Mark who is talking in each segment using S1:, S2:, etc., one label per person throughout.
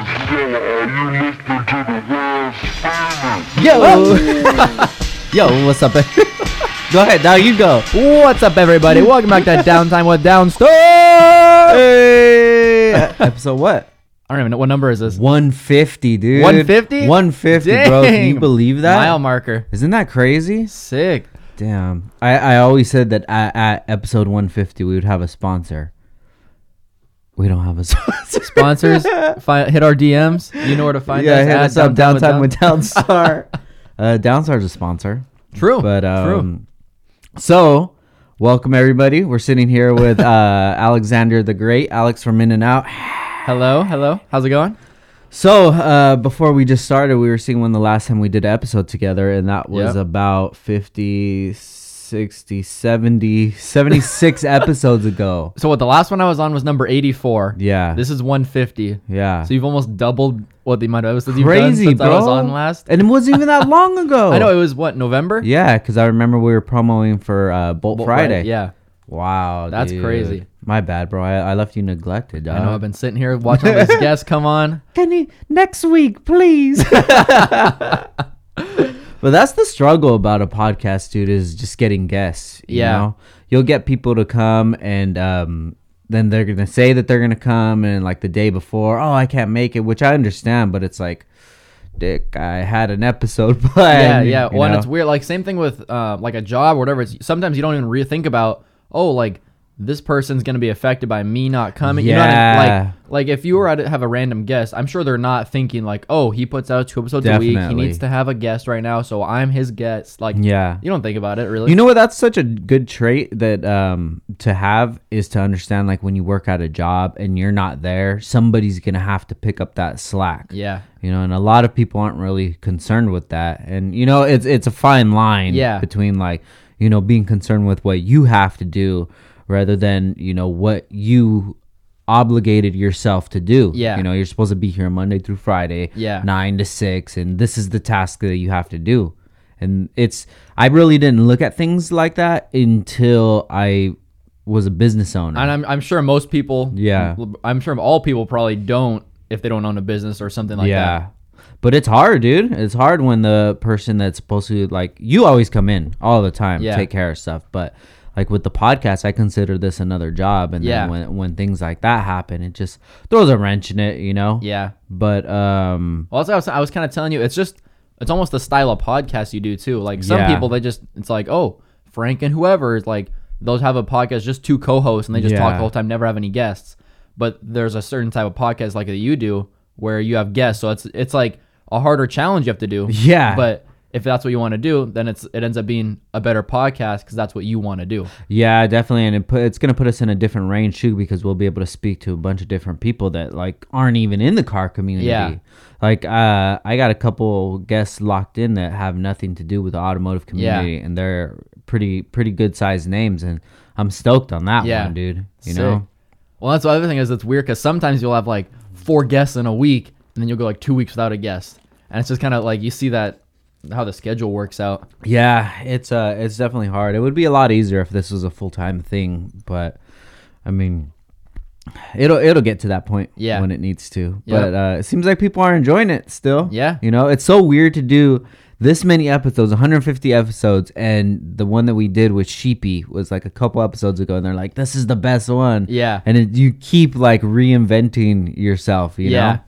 S1: Yo! Yo, what's up? e- go ahead, now you go.
S2: What's up, everybody? Welcome back to Downtime with Downstore.
S1: Hey! Episode what?
S2: I don't even know what number is this.
S1: 150, dude.
S2: 150?
S1: 150, bro. Can you
S2: Dang.
S1: believe that?
S2: Mile marker.
S1: Isn't that crazy?
S2: Sick.
S1: Damn. I, I always said that at, at episode 150, we would have a sponsor. We don't have a sponsor.
S2: Sponsors, fi- hit our DMs. You know where to find
S1: yeah,
S2: us.
S1: hit
S2: at
S1: us up,
S2: Downtime
S1: Downtime with Downstar. uh, Downstar's a sponsor.
S2: True.
S1: But
S2: True.
S1: um, so welcome everybody. We're sitting here with uh, Alexander the Great, Alex from In and Out.
S2: Hello, hello. How's it going?
S1: So uh, before we just started, we were seeing when the last time we did an episode together, and that was
S2: Yep.
S1: about 50, 60, 70, 76 episodes ago.
S2: So what? The last one I was on was number eighty-four.
S1: Yeah,
S2: This is one fifty.
S1: yeah,
S2: So you've almost doubled what the amount of episodes you've done
S1: crazy,
S2: since
S1: bro.
S2: I was on last.
S1: and it wasn't even that long ago.
S2: I know it was what November.
S1: Yeah, because I remember we were promoting for uh, Bolt,
S2: Well, right,
S1: Friday.
S2: Yeah.
S1: Wow,
S2: That's
S1: dude.
S2: crazy.
S1: My bad, bro. I, I left you neglected.
S2: I know
S1: dog.
S2: I've been sitting here watching all these guests come on.
S1: Penny, next week, please. but that's the struggle about a podcast, dude, is just getting guests. You
S2: Yeah.
S1: Know? You'll get people to come and um, then they're going to say that they're going to come and like the day before, oh, I can't make it, which I understand, but it's like, dick, I had an episode
S2: Yeah,
S1: planned.
S2: yeah.
S1: you
S2: Well, and
S1: know?
S2: it's weird. Like same thing with uh, like a job or whatever. It's, sometimes you don't even really think about oh like this person's gonna be affected by me not coming. You know what I mean?
S1: Yeah.
S2: Like like if you were to have a random guest, I'm sure they're not thinking like oh he puts out two episodes a week. He
S1: Definitely.
S2: needs to have a guest right now, so I'm his guest. Like
S1: Yeah.
S2: you don't think about it really.
S1: You know what? That's such a good trait that um, to have is to understand like when you work at a job and you're not there, somebody's gonna have to pick up that slack.
S2: yeah.
S1: You know, and a lot of people aren't really concerned with that. And you know, it's it's a fine line
S2: Yeah.
S1: between like, you know, being concerned with what you have to do rather than, you know, what you obligated yourself to do.
S2: Yeah.
S1: You know, you're supposed to be here Monday through Friday,
S2: Yeah.
S1: nine to six, and this is the task that you have to do. And it's I really didn't look at things like that until I was a business owner.
S2: And I'm, I'm sure most people,
S1: Yeah.
S2: I'm sure all people probably don't if they don't own a business or something like that.
S1: yeah. But it's hard, dude. It's hard when the person that's supposed to like you always come in all the time,
S2: Yeah.
S1: take care of stuff. But like with the podcast, I consider this another job, and
S2: Yeah.
S1: then when when things like that happen, it just throws a wrench in it, you know.
S2: Yeah.
S1: But um,
S2: Well, that's what I was, I was kind of telling you, it's just, it's almost the style of podcast you do too. Like some
S1: Yeah.
S2: people, they just, it's like, oh, Frank and whoever is like, they'll have a podcast, just two co hosts, and they just talk
S1: Yeah.
S2: the whole time, never have any guests. But there's a certain type of podcast like that you do where you have guests. So it's, it's like a harder challenge you have to do.
S1: Yeah.
S2: But if that's what you want to do, then it's, it ends up being a better podcast because that's what you want to do.
S1: yeah, definitely, and it put, it's gonna put us in a different range too because we'll be able to speak to a bunch of different people that like aren't even in the car community.
S2: Yeah.
S1: Like uh, I got a couple guests locked in that have nothing to do with the automotive community, and they're pretty pretty good sized names, and I'm stoked on that
S2: Yeah.
S1: one, dude. You
S2: Sick.
S1: know,
S2: Well, that's the other thing is it's weird because sometimes you'll have like four guests in a week, and then you'll go like two weeks without a guest, and it's just kind of like you see that how the schedule works out.
S1: yeah, it's uh, it's definitely hard. It would be a lot easier if this was a full time thing, but I mean. It'll it'll get to that point
S2: Yeah.
S1: when it needs to,
S2: Yep.
S1: but uh, it seems like people are enjoying it still.
S2: Yeah.
S1: you know it's so weird to do this many episodes, 150 episodes, and the one that we did with Sheepy was like a couple episodes ago, and they're like, "This is the best one."
S2: Yeah.
S1: and it, you keep like reinventing yourself. You
S2: yeah.
S1: know,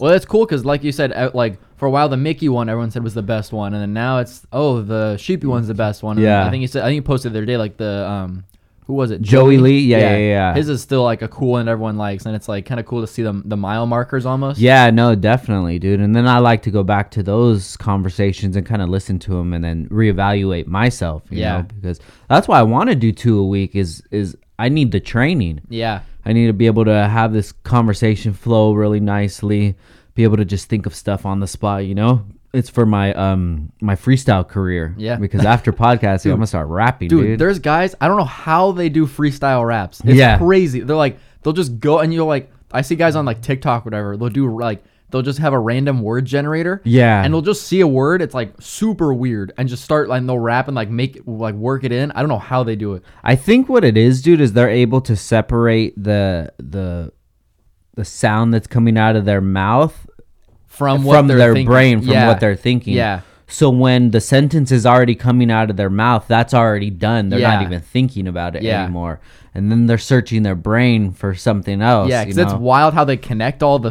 S2: Well, that's cool because like you said, uh, like for a while the Mickey one everyone said was the best one, and then now it's oh the Sheepy one's the best one. And
S1: Yeah.
S2: I think you said I think you posted the other day like the um who was it
S1: Joey Lee? Yeah, yeah, yeah.
S2: His is still like a cool one everyone likes, and it's like kind of cool to see them the mile markers almost.
S1: Yeah, no, definitely, dude. And then I like to go back to those conversations and kind of listen to them and then reevaluate myself. You
S2: Yeah.
S1: know? because that's why I want to do two a week. Is is I need the training.
S2: Yeah.
S1: I need to be able to have this conversation flow really nicely, be able to just think of stuff on the spot, you know? It's for my um my freestyle career.
S2: Yeah.
S1: Because after podcasting, I'm gonna start rapping,
S2: dude,
S1: dude.
S2: there's guys i don't know how they do freestyle raps it's
S1: Yeah.
S2: crazy they're like they'll just go and you're like i see guys on like tiktok whatever they'll do like they'll just have a random word generator
S1: Yeah.
S2: and they'll just see a word it's like super weird and just start like they'll rap and like make it like work it in i don't know how they do it
S1: I think what it is, dude, is they're able to separate the the the sound that's coming out of their mouth
S2: from what
S1: from
S2: they're
S1: their
S2: thinking.
S1: brain, from
S2: Yeah.
S1: what they're thinking.
S2: yeah
S1: So when the sentence is already coming out of their mouth, that's already done. They're not
S2: Yeah.
S1: even thinking about it
S2: Yeah.
S1: anymore. And then they're searching their brain for something else.
S2: Yeah,
S1: you
S2: because it's
S1: know?
S2: wild how they connect all the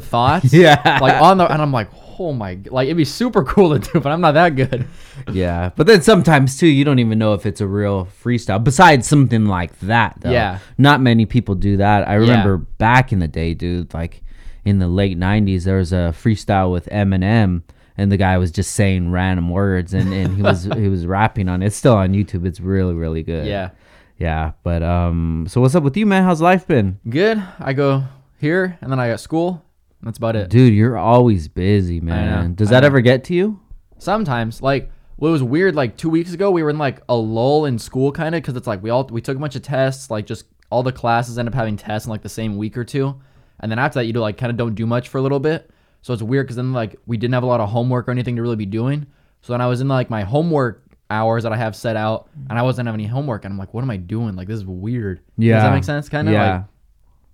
S2: thoughts.
S1: Yeah.
S2: like on the and I'm like, oh my, g- like it'd be super cool to do, but I'm not that good.
S1: Yeah, but then sometimes too, you don't even know if it's a real freestyle. Besides something like that, though.
S2: Yeah.
S1: not many people do that. I remember back in the day, dude, like in the late '90s, there was a freestyle with Eminem, and the guy was just saying random words, and, and he was he was rapping on it. It's still on YouTube. It's really really good.
S2: Yeah,
S1: yeah. But um, so what's up with you, man? How's life been,
S2: good. I go here and then I got school. and That's about it.
S1: dude? You're always busy, man. Does
S2: I
S1: that
S2: know.
S1: ever get to you?
S2: Sometimes like. What was weird, like two weeks ago, we were in like a lull in school, kind of, because it's like we all we took a bunch of tests, like just all the classes end up having tests in like the same week or two, and then after that, you do like kind of don't do much for a little bit. So it's weird because then like we didn't have a lot of homework or anything to really be doing. So then I was in like my homework hours that I have set out, and I wasn't having any homework, and I'm like, what am I doing? Like this is weird. does
S1: Yeah.
S2: that make sense? Kind of
S1: Yeah.
S2: like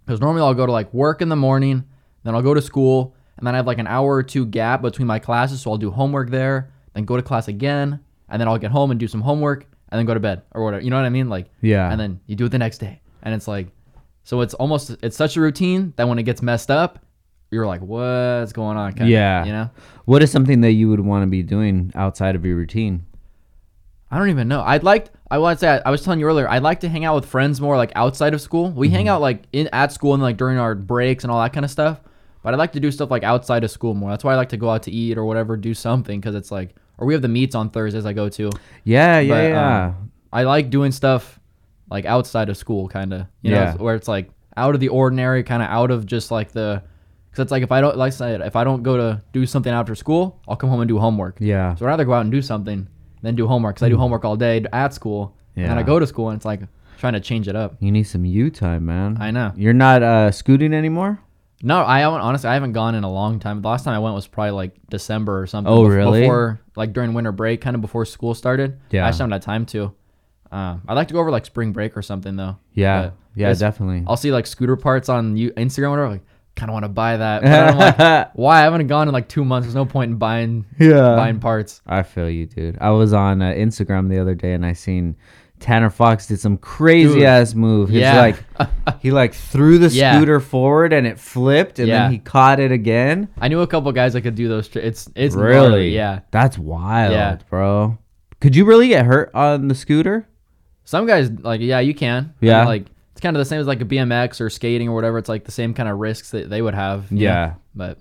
S2: because normally I'll go to like work in the morning, then I'll go to school, and then I have like an hour or two gap between my classes. So I'll do homework there, then go to class again, and then I'll get home and do some homework, and then go to bed or whatever. You know what I mean? Like
S1: Yeah.
S2: And then you do it the next day, and it's like, so it's almost it's such a routine that when it gets messed up, you're like, what's going on? kinda,
S1: Yeah.
S2: You know.
S1: What is something that you would want to be doing outside of your routine?
S2: I don't even know. I'd like. I want to say. I, I was telling you earlier. I'd like to hang out with friends more, like outside of school. We hang out like in at school and like during our breaks and all that kind of stuff. But I'd like to do stuff like outside of school more. That's why I like to go out to eat or whatever, do something because it's like. Or we have the meets on Thursdays. I go to.
S1: Yeah, yeah,
S2: But, um,
S1: yeah.
S2: I like doing stuff like outside of school, kind of. You know,
S1: Yeah.
S2: where it's like out of the ordinary, kind of out of just like the. Because it's like if I don't like I said, if I don't go to do something after school, I'll come home and do homework.
S1: Yeah.
S2: So I'd rather go out and do something than do homework because I do homework all day at school. And then I
S1: Hmm. Yeah.
S2: go to school and it's like trying to change it up.
S1: You need some you time, man.
S2: I know.
S1: You're not uh, scooting anymore?
S2: No, I haven't, honestly, I haven't gone in a long time. The last time I went was probably like December or something.
S1: Oh,
S2: bef-
S1: really?
S2: Before, like during winter break, kind of before school started.
S1: Yeah.
S2: I just haven't had time to. Um, I'd like to go over like spring break or something though.
S1: Yeah.
S2: But
S1: yeah,
S2: it's-
S1: definitely.
S2: I'll see like scooter parts on you Instagram or whatever. Like, kind of want to buy that. But then I'm like, why? I haven't gone in like two months. There's no point in buying
S1: Yeah.
S2: buying parts.
S1: I feel you, dude. I was on uh, Instagram the other day and I seen Tanner Fox did some crazy
S2: Dude.
S1: ass move. He's
S2: Yeah.
S1: like he like threw the
S2: Yeah.
S1: scooter forward and it flipped and
S2: Yeah.
S1: then he caught it again.
S2: I knew a couple guys that could do those. Tr- it's it's
S1: really?
S2: gnarly, yeah.
S1: That's wild,
S2: Yeah.
S1: bro. Could you really get hurt on the scooter?
S2: Some guys like yeah, you can. I
S1: Yeah.
S2: mean, like it's kind of the same as like a BMX or skating or whatever. It's like the same kind of risks that they would have. you
S1: Yeah.
S2: know? But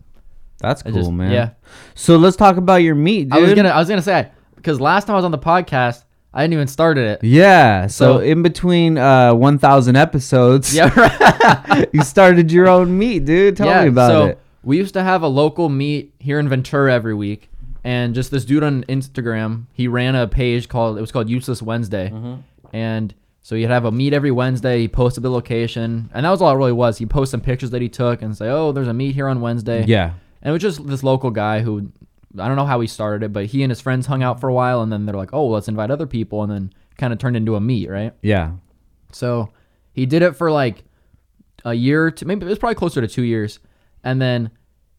S1: That's
S2: I
S1: cool,
S2: just-
S1: man.
S2: yeah.
S1: So let's talk about your meat, dude.
S2: I was gonna I was gonna say because last time I was on the podcast, I didn't even started it.
S1: Yeah. So,
S2: So-
S1: in between uh, 1,000 episodes,
S2: Yeah. right.
S1: you started your own meat, dude. Tell me about
S2: so
S1: it.
S2: we used to have a local meet here in Ventura every week, and just this dude on Instagram, he ran a page called it was called Useless Wednesday,
S1: Mm-hmm.
S2: and so he'd have a meet every Wednesday. He posted the location, and that was all it really was. He posted some pictures that he took and say, "Oh, there's a meet here on Wednesday."
S1: Yeah.
S2: and it was just this local guy who I don't know how he started it, but he and his friends hung out for a while, and then they're like, "Oh, let's invite other people," and then kind of turned into a meet, right?
S1: Yeah.
S2: So he did it for like a year or two, maybe it was probably closer to two years. And then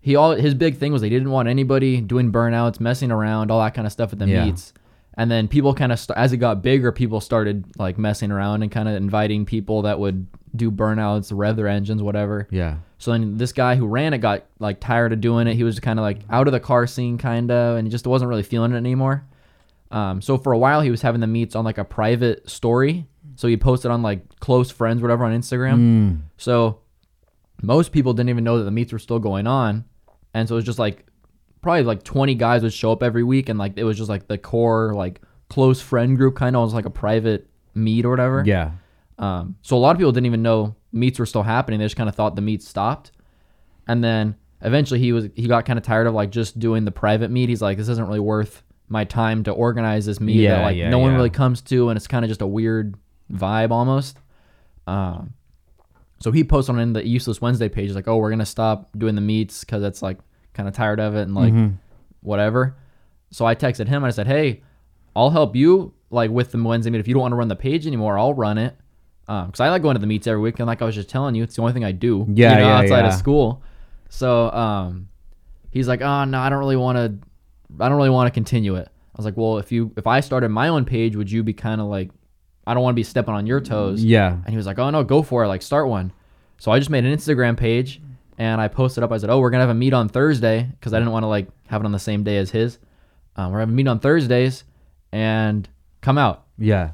S2: he all his big thing was they didn't want anybody doing burnouts, messing around, all that kind of stuff at the
S1: Yeah.
S2: meets. And then people kind of st- as it got bigger, people started like messing around and kind of inviting people that would do burnouts, rev their engines, whatever.
S1: Yeah.
S2: So then this guy who ran it got like tired of doing it. He was kind of like out of the car scene, kind of, and he just wasn't really feeling it anymore. Um, so for a while, he was having the meets on like a private story. So he posted on like close friends, whatever, on Instagram. So most people didn't even know that the meets were still going on, and so it was just like probably like 20 guys would show up every week, and like it was just like the core like close friend group kind of was like a private meet or whatever.
S1: Yeah.
S2: Um, so a lot of people didn't even know meets were still happening. They just kind of thought the meet stopped. And then eventually he was he got kind of tired of like just doing the private meet. He's like, this isn't really worth my time to organize this meet
S1: Yeah,
S2: that like
S1: yeah,
S2: no one
S1: yeah.
S2: really comes to, and it's kind of just a weird vibe almost. Um, so he posted on the Useless Wednesday page like, oh, we're gonna stop doing the meets because it's like kind of tired of it and like
S1: Mm-hmm.
S2: whatever. So I texted him and I said, hey, I'll help you like with the Wednesday meet if you don't want to run the page anymore, I'll run it. Because I like going to the meets every week, and like I was just telling you, it's the only thing I do.
S1: Yeah,
S2: you know,
S1: yeah,
S2: outside of
S1: yeah.
S2: school. So um, he's like, oh no, I don't really want to. I don't really want to continue it. I was like, well, if you if I started my own page, would you be kind of like, I don't want to be stepping on your toes.
S1: Yeah.
S2: And he was like, oh no, go for it, like start one. So I just made an Instagram page and I posted up. I said, oh, we're gonna have a meet on Thursday because I didn't want to like have it on the same day as his. Um, we're having a meet on Thursdays and come out.
S1: Yeah.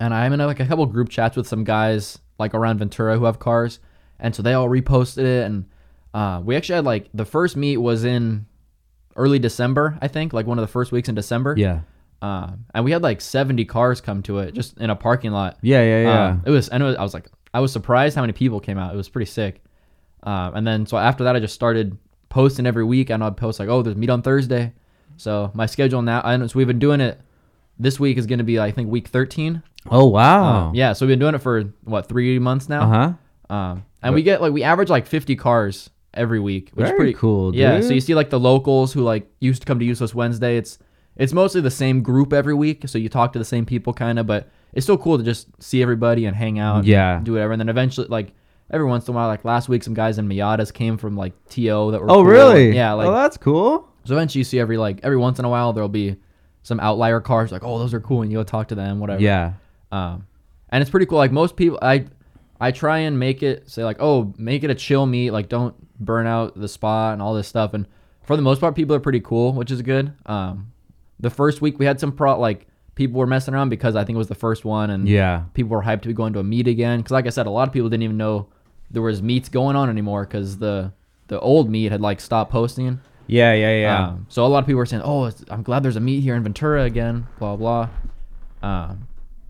S2: And I'm in like a couple group chats with some guys like around Ventura who have cars, and so they all reposted it. And uh, we actually had like the first meet was in early December, I think, like one of the first weeks in December.
S1: Yeah.
S2: Uh, and we had like 70 cars come to it just in a parking lot.
S1: Yeah. Yeah. Yeah.
S2: Um, it was, and it was, I was like, I was surprised how many people came out. It was pretty sick. Um, and then so after that, I just started posting every week, and I'd post like, "Oh, there's meet on Thursday." So my schedule now, and so we've been doing it. This week is going to be, I think, week 13.
S1: oh wow.
S2: Um, yeah, so we've been doing it for what three months now.
S1: Uh huh.
S2: Um, and we get like we average like 50 cars every week, which
S1: Very
S2: is pretty
S1: cool,
S2: Yeah, so
S1: dude.
S2: you see like the locals who like used to come to Useless Wednesday. It's it's mostly the same group every week, so you talk to the same people kind of, but it's still cool to just see everybody and hang out, and
S1: Yeah.
S2: do whatever, and then eventually like every once in a while, like last week, some guys in Miatas came from like TO that were
S1: Oh
S2: cool,
S1: really?
S2: and, yeah, like
S1: oh, that's cool.
S2: so eventually you see every like every once in a while there'll be some outlier cars like oh those are cool and you go talk to them whatever
S1: Yeah.
S2: um, and it's pretty cool. Like most people, I I try and make it say like, oh, make it a chill meet. Like don't burn out the spot and all this stuff. And for the most part, people are pretty cool, which is good. Um, the first week we had some pro like people were messing around because I think it was the first one and
S1: Yeah.
S2: people were hyped to be going to a meet again. Because like I said, a lot of people didn't even know there was meets going on anymore because the the old meet had like stopped posting.
S1: Yeah. Yeah. Yeah.
S2: Um, so a lot of people were saying, "Oh, it's, I'm glad there's a meet here in Ventura again." Blah blah. Um,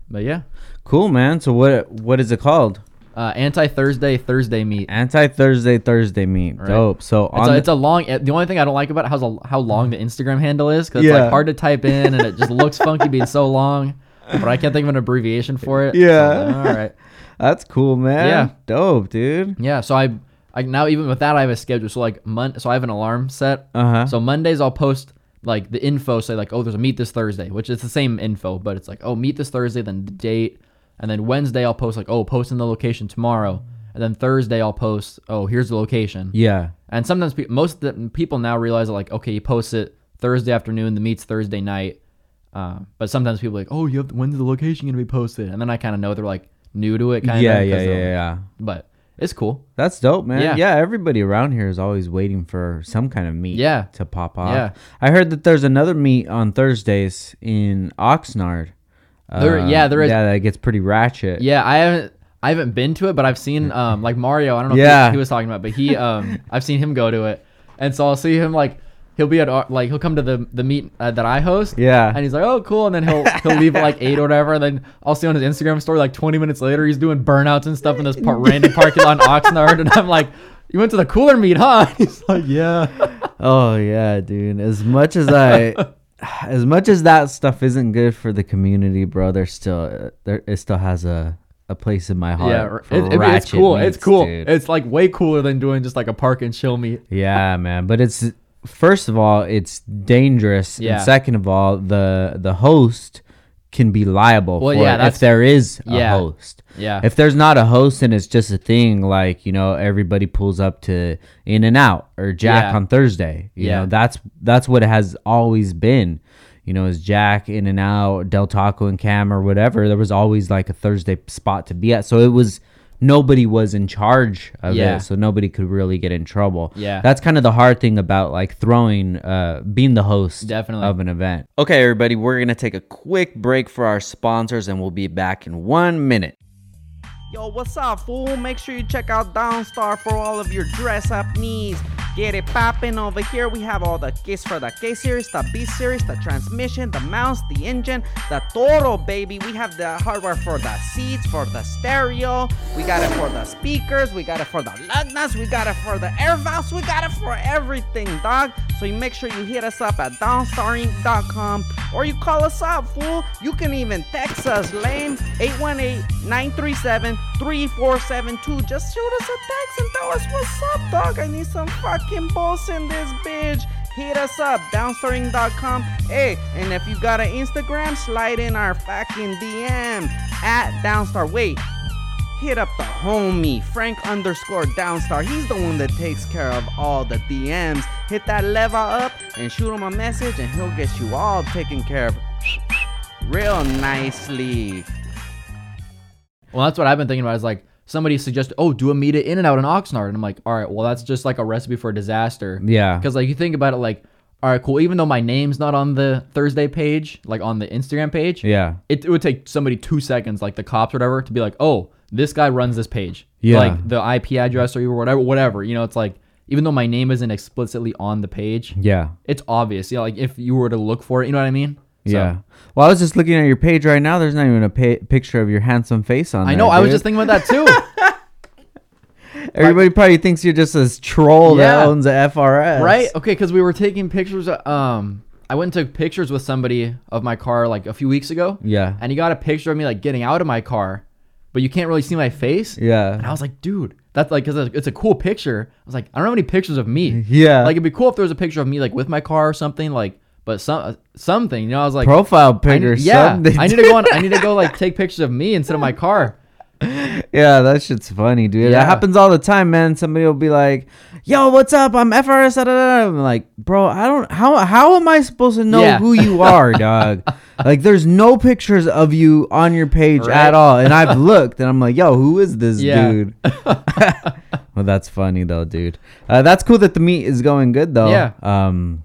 S2: but yeah,
S1: cool, man. So what what is it called?
S2: uh, anti Thursday Thursday meet.
S1: Anti Thursday Thursday meet. Dope. So
S2: It's
S1: on
S2: a,
S1: the-
S2: it's a long. eh, The only thing I don't like about it how's a, how long the Instagram handle is because it's
S1: Yeah.
S2: like hard to type in and it just looks funky being so long. But I can't think of an abbreviation for it. So
S1: Yeah.
S2: I'm like, all right.
S1: that's cool, man.
S2: Yeah.
S1: Dope, dude.
S2: Yeah. So I, I now even with that I have a schedule. So like mon- so I have an alarm set.
S1: Uh huh.
S2: So Mondays I'll post like the info, say like, oh, there's a meet this Thursday, which is the same info, but it's like, oh, meet this Thursday, then the date, and then Wednesday I'll post like, oh, posting the location tomorrow, and then Thursday I'll post, oh, here's the location.
S1: yeah.
S2: And sometimes pe- most of the people now realize like, okay, you post it Thursday afternoon, the meet's Thursday night, uh, but sometimes people are like, oh, you have when's the location gonna be posted, and then I kind of know they're like new to it, kind of,
S1: yeah. Yeah. Yeah. Yeah.
S2: But it's cool.
S1: That's dope, man. Yeah.
S2: Yeah.
S1: everybody around here is always waiting for some kind of meet
S2: Yeah.
S1: to pop off.
S2: Yeah.
S1: I heard that there's another meet on Thursdays in Oxnard. Uh,
S2: There- yeah, there is-
S1: Yeah, that gets pretty ratchet.
S2: Yeah, I haven't I haven't been to it, but I've seen um like Mario. I don't know
S1: Mm. Yeah.
S2: if he- he was talking about, but he um I've seen him go to it, and so I'll see him like he'll be at our- like he'll come to the the meet uh, that I host.
S1: Yeah.
S2: and he's like, oh cool, and then he'll he'll leave at like eight or whatever, and then I'll see on his Instagram story like twenty minutes later he's doing burnouts and stuff in this par- random parking lot in Oxnard, and I'm like. You went to the cooler meet, huh? He's like, yeah.
S1: Oh yeah, dude. As much as I, as much as that stuff isn't good for the community, bro, there's still there it still has a a place in my heart.
S2: Yeah,
S1: for
S2: it, it- it's
S1: ratchet
S2: cool.
S1: meets,
S2: it's cool.
S1: dude.
S2: It's like way cooler than doing just like a park and chill meet.
S1: yeah, man. But it's first of all, it's dangerous.
S2: Yeah.
S1: And second of all, the the host can be liable
S2: Well,
S1: for
S2: yeah,
S1: it if
S2: that's-
S1: there is a
S2: Yeah.
S1: host.
S2: Yeah.
S1: If there's not a host and it's just a thing, like you know, everybody pulls up to In and Out or Jack
S2: Yeah.
S1: on Thursday. You
S2: Yeah.
S1: know, that's that's what it has always been. You know, is Jack In and Out, Del Taco and Cam or whatever. There was always like a Thursday spot to be at, so it was nobody was in charge of
S2: Yeah.
S1: it, so nobody could really get in trouble.
S2: Yeah.
S1: that's kind of the hard thing about like throwing, uh, being the host
S2: Definitely.
S1: of an event. Okay, everybody, we're gonna take a quick break for our sponsors, and we'll be back in one minute.
S3: Yo, what's up, fool? Make sure you check out Downstar for all of your dress up needs. Get it poppin' over here. We have all the kits for the K series, the B series, the transmission, the mounts, the engine, the Toro, baby. We have the hardware for the seats, for the stereo. We got it for the speakers. We got it for the lug nuts. We got it for the air valves. We got it for everything, dog. So you make sure you hit us up at downstarinc.com or you call us up, fool. You can even text us, lame, 818-937-3472. Just shoot us a text and tell us what's up, dog. I need some fucking boss in this bitch. Hit us up, downstaring.com. Hey, and if you got an Instagram, slide in our fucking DM at downstar. Wait, hit up the homie, Frank underscore Downstar. He's the one that takes care of all the DMs. Hit that leva up and shoot him a message, and he'll get you all taken care of real nicely.
S2: Well, that's what I've been thinking about. Is like somebody suggested, oh, do a meet at In and Out in Oxnard, and I'm like, all right, well, that's just like a recipe for disaster.
S1: Yeah.
S2: Because like you think about it, like, all right, cool. Even though my name's not on the Thursday page, like on the Instagram page,
S1: Yeah.
S2: it, it would take somebody two seconds, like the cops or whatever, to be like, oh, this guy runs this page.
S1: Yeah.
S2: Like the IP address or whatever, whatever. You know, it's like even though my name isn't explicitly on the page,
S1: Yeah.
S2: it's obvious. You know, like if you were to look for it, you know what I mean? So-
S1: Yeah. Well, I was just looking at your page right now. There's not even a pa- picture of your handsome face on
S2: I
S1: there,
S2: know. I was
S1: dude.
S2: just thinking about that too.
S1: Everybody probably thinks you're just this troll that
S2: Yeah.
S1: owns a FRS.
S2: Right? Okay, because we were taking pictures. uh, Um, I went and took pictures with somebody of my car like a few weeks ago.
S1: Yeah.
S2: And he got a picture of me like getting out of my car, but you can't really see my face. And I
S1: Yeah.
S2: was like, dude, that's like, cause it's a cool picture. I was like, I don't have any pictures of me.
S1: Yeah.
S2: Like it'd be cool if there was a picture of me like with my car or something. Like, but some something, you know, I was like,
S1: Profile
S2: I
S1: pic
S2: need-
S1: or
S2: yeah,
S1: something.
S2: I need to go on. I need to go like take pictures of me instead of my car.
S1: Yeah, that shit's funny, dude.
S2: Yeah.
S1: That happens all the time, man. Somebody will be like, "Yo, what's up? I'm FRS." Da, da, da. I'm like, bro, I don't. How how am I supposed to know
S2: Yeah.
S1: who you are, dog? like, there's no pictures of you on your page
S2: Right.
S1: at all, and I've looked, and I'm like, yo, who is this
S2: Yeah.
S1: dude? well, that's funny though, dude. Uh, that's cool that the meat is going good though.
S2: Yeah.
S1: Um,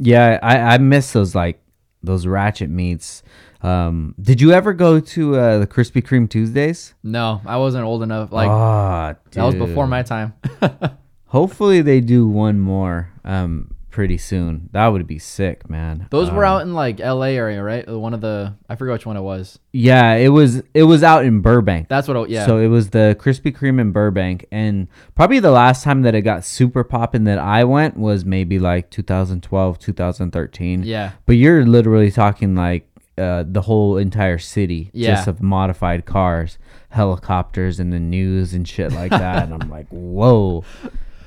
S1: yeah, I I miss those like those ratchet meats. Um, did you ever go to uh, the Krispy Kreme Tuesdays?
S2: No, I wasn't old enough. Like
S1: Ah,
S2: that was before
S1: dude.
S2: my time.
S1: Hopefully they do one more um pretty soon. That would be sick, man.
S2: Those were
S1: Um,
S2: out in like L.A. area, right? Uh, One of the I forgot which one it was.
S1: Yeah, it was it was out in Burbank.
S2: That's what. It, yeah.
S1: So it was the Krispy Kreme in Burbank, and probably the last time that it got super poppin' that I went was maybe like 2012, 2013.
S2: yeah.
S1: But you're literally talking like uh, the whole entire city
S2: Yeah.
S1: just of modified cars, helicopters, and the news and shit like that. and I'm like, whoa,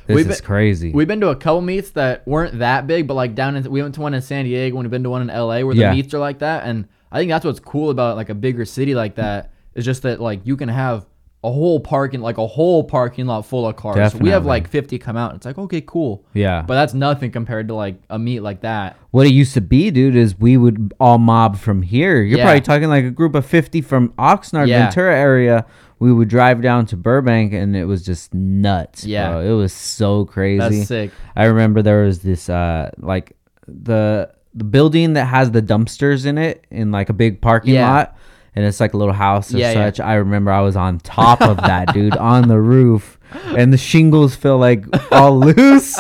S1: this
S2: We've
S1: is
S2: been-
S1: crazy.
S2: We've been to a couple meets that weren't that big, but like down in we went to one in San Diego and we've been to one in L.A. where the
S1: Yeah.
S2: meets are like that, and I think that's what's cool about like a bigger city like that is just that like you can have a whole parking like a whole parking lot full of cars. We have
S1: Definitely.
S2: like 50 come out. And it's like okay, cool.
S1: yeah,
S2: But that's nothing compared to like a meet like that.
S1: what it used to be, dude, is we would all mob from here. You're
S2: Yeah.
S1: probably talking like a group of 50 from Oxnard,
S2: Yeah.
S1: Ventura area. We would drive down to Burbank, and it was just nuts.
S2: Yeah.
S1: bro. it was so crazy.
S2: That's sick.
S1: I remember there was this uh like the the building that has the dumpsters in it in like a big parking
S2: Yeah.
S1: lot and it's like a little house or
S2: Yeah, yeah.
S1: such. I remember I was on top of that dude on the roof and the shingles feel like all loose.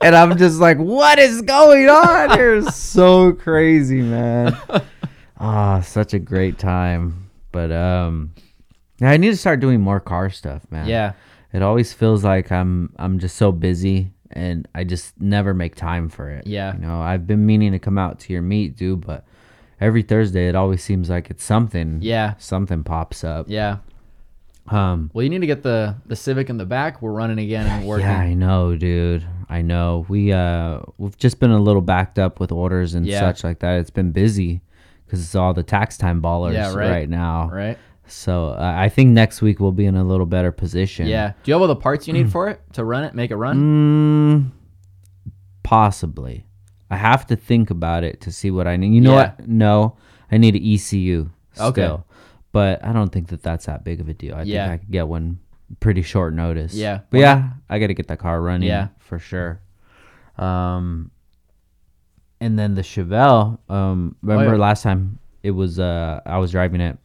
S1: and I'm just like, what is going on here? It's so crazy, man. Ah, such a great time. But um yeah, I need to start doing more car stuff, man
S2: Yeah.
S1: it always feels like I'm I'm just so busy and I just never make time for it.
S2: Yeah.
S1: You know, I've been meaning to come out to your meet, dude, but every Thursday it always seems like it's something.
S2: Yeah.
S1: Something pops up.
S2: Yeah.
S1: Um
S2: Well, you need to get the the Civic in the back. We're running again and working.
S1: Yeah, I know, dude. I know. We uh we've just been a little backed up with orders and
S2: Yeah.
S1: such like that. It's been busy cuz it's all the tax time ballers
S2: Yeah, right.
S1: now.
S2: Right.
S1: So, uh, I think next week we'll be in a little better position.
S2: Yeah. Do you have all the parts you need for it to run it, make it run?
S1: Mm, possibly. I have to think about it to see what I need. You know
S2: Yeah.
S1: what? No, I need an ECU still.
S2: Okay.
S1: But I don't think that that's that big of a deal. I
S2: Yeah.
S1: think I could get one pretty short notice.
S2: Yeah.
S1: But yeah, I got to get that car running
S2: Yeah.
S1: for sure. Um and then the Chevelle, um remember
S2: Oh, yeah.
S1: last time it was uh I was driving it.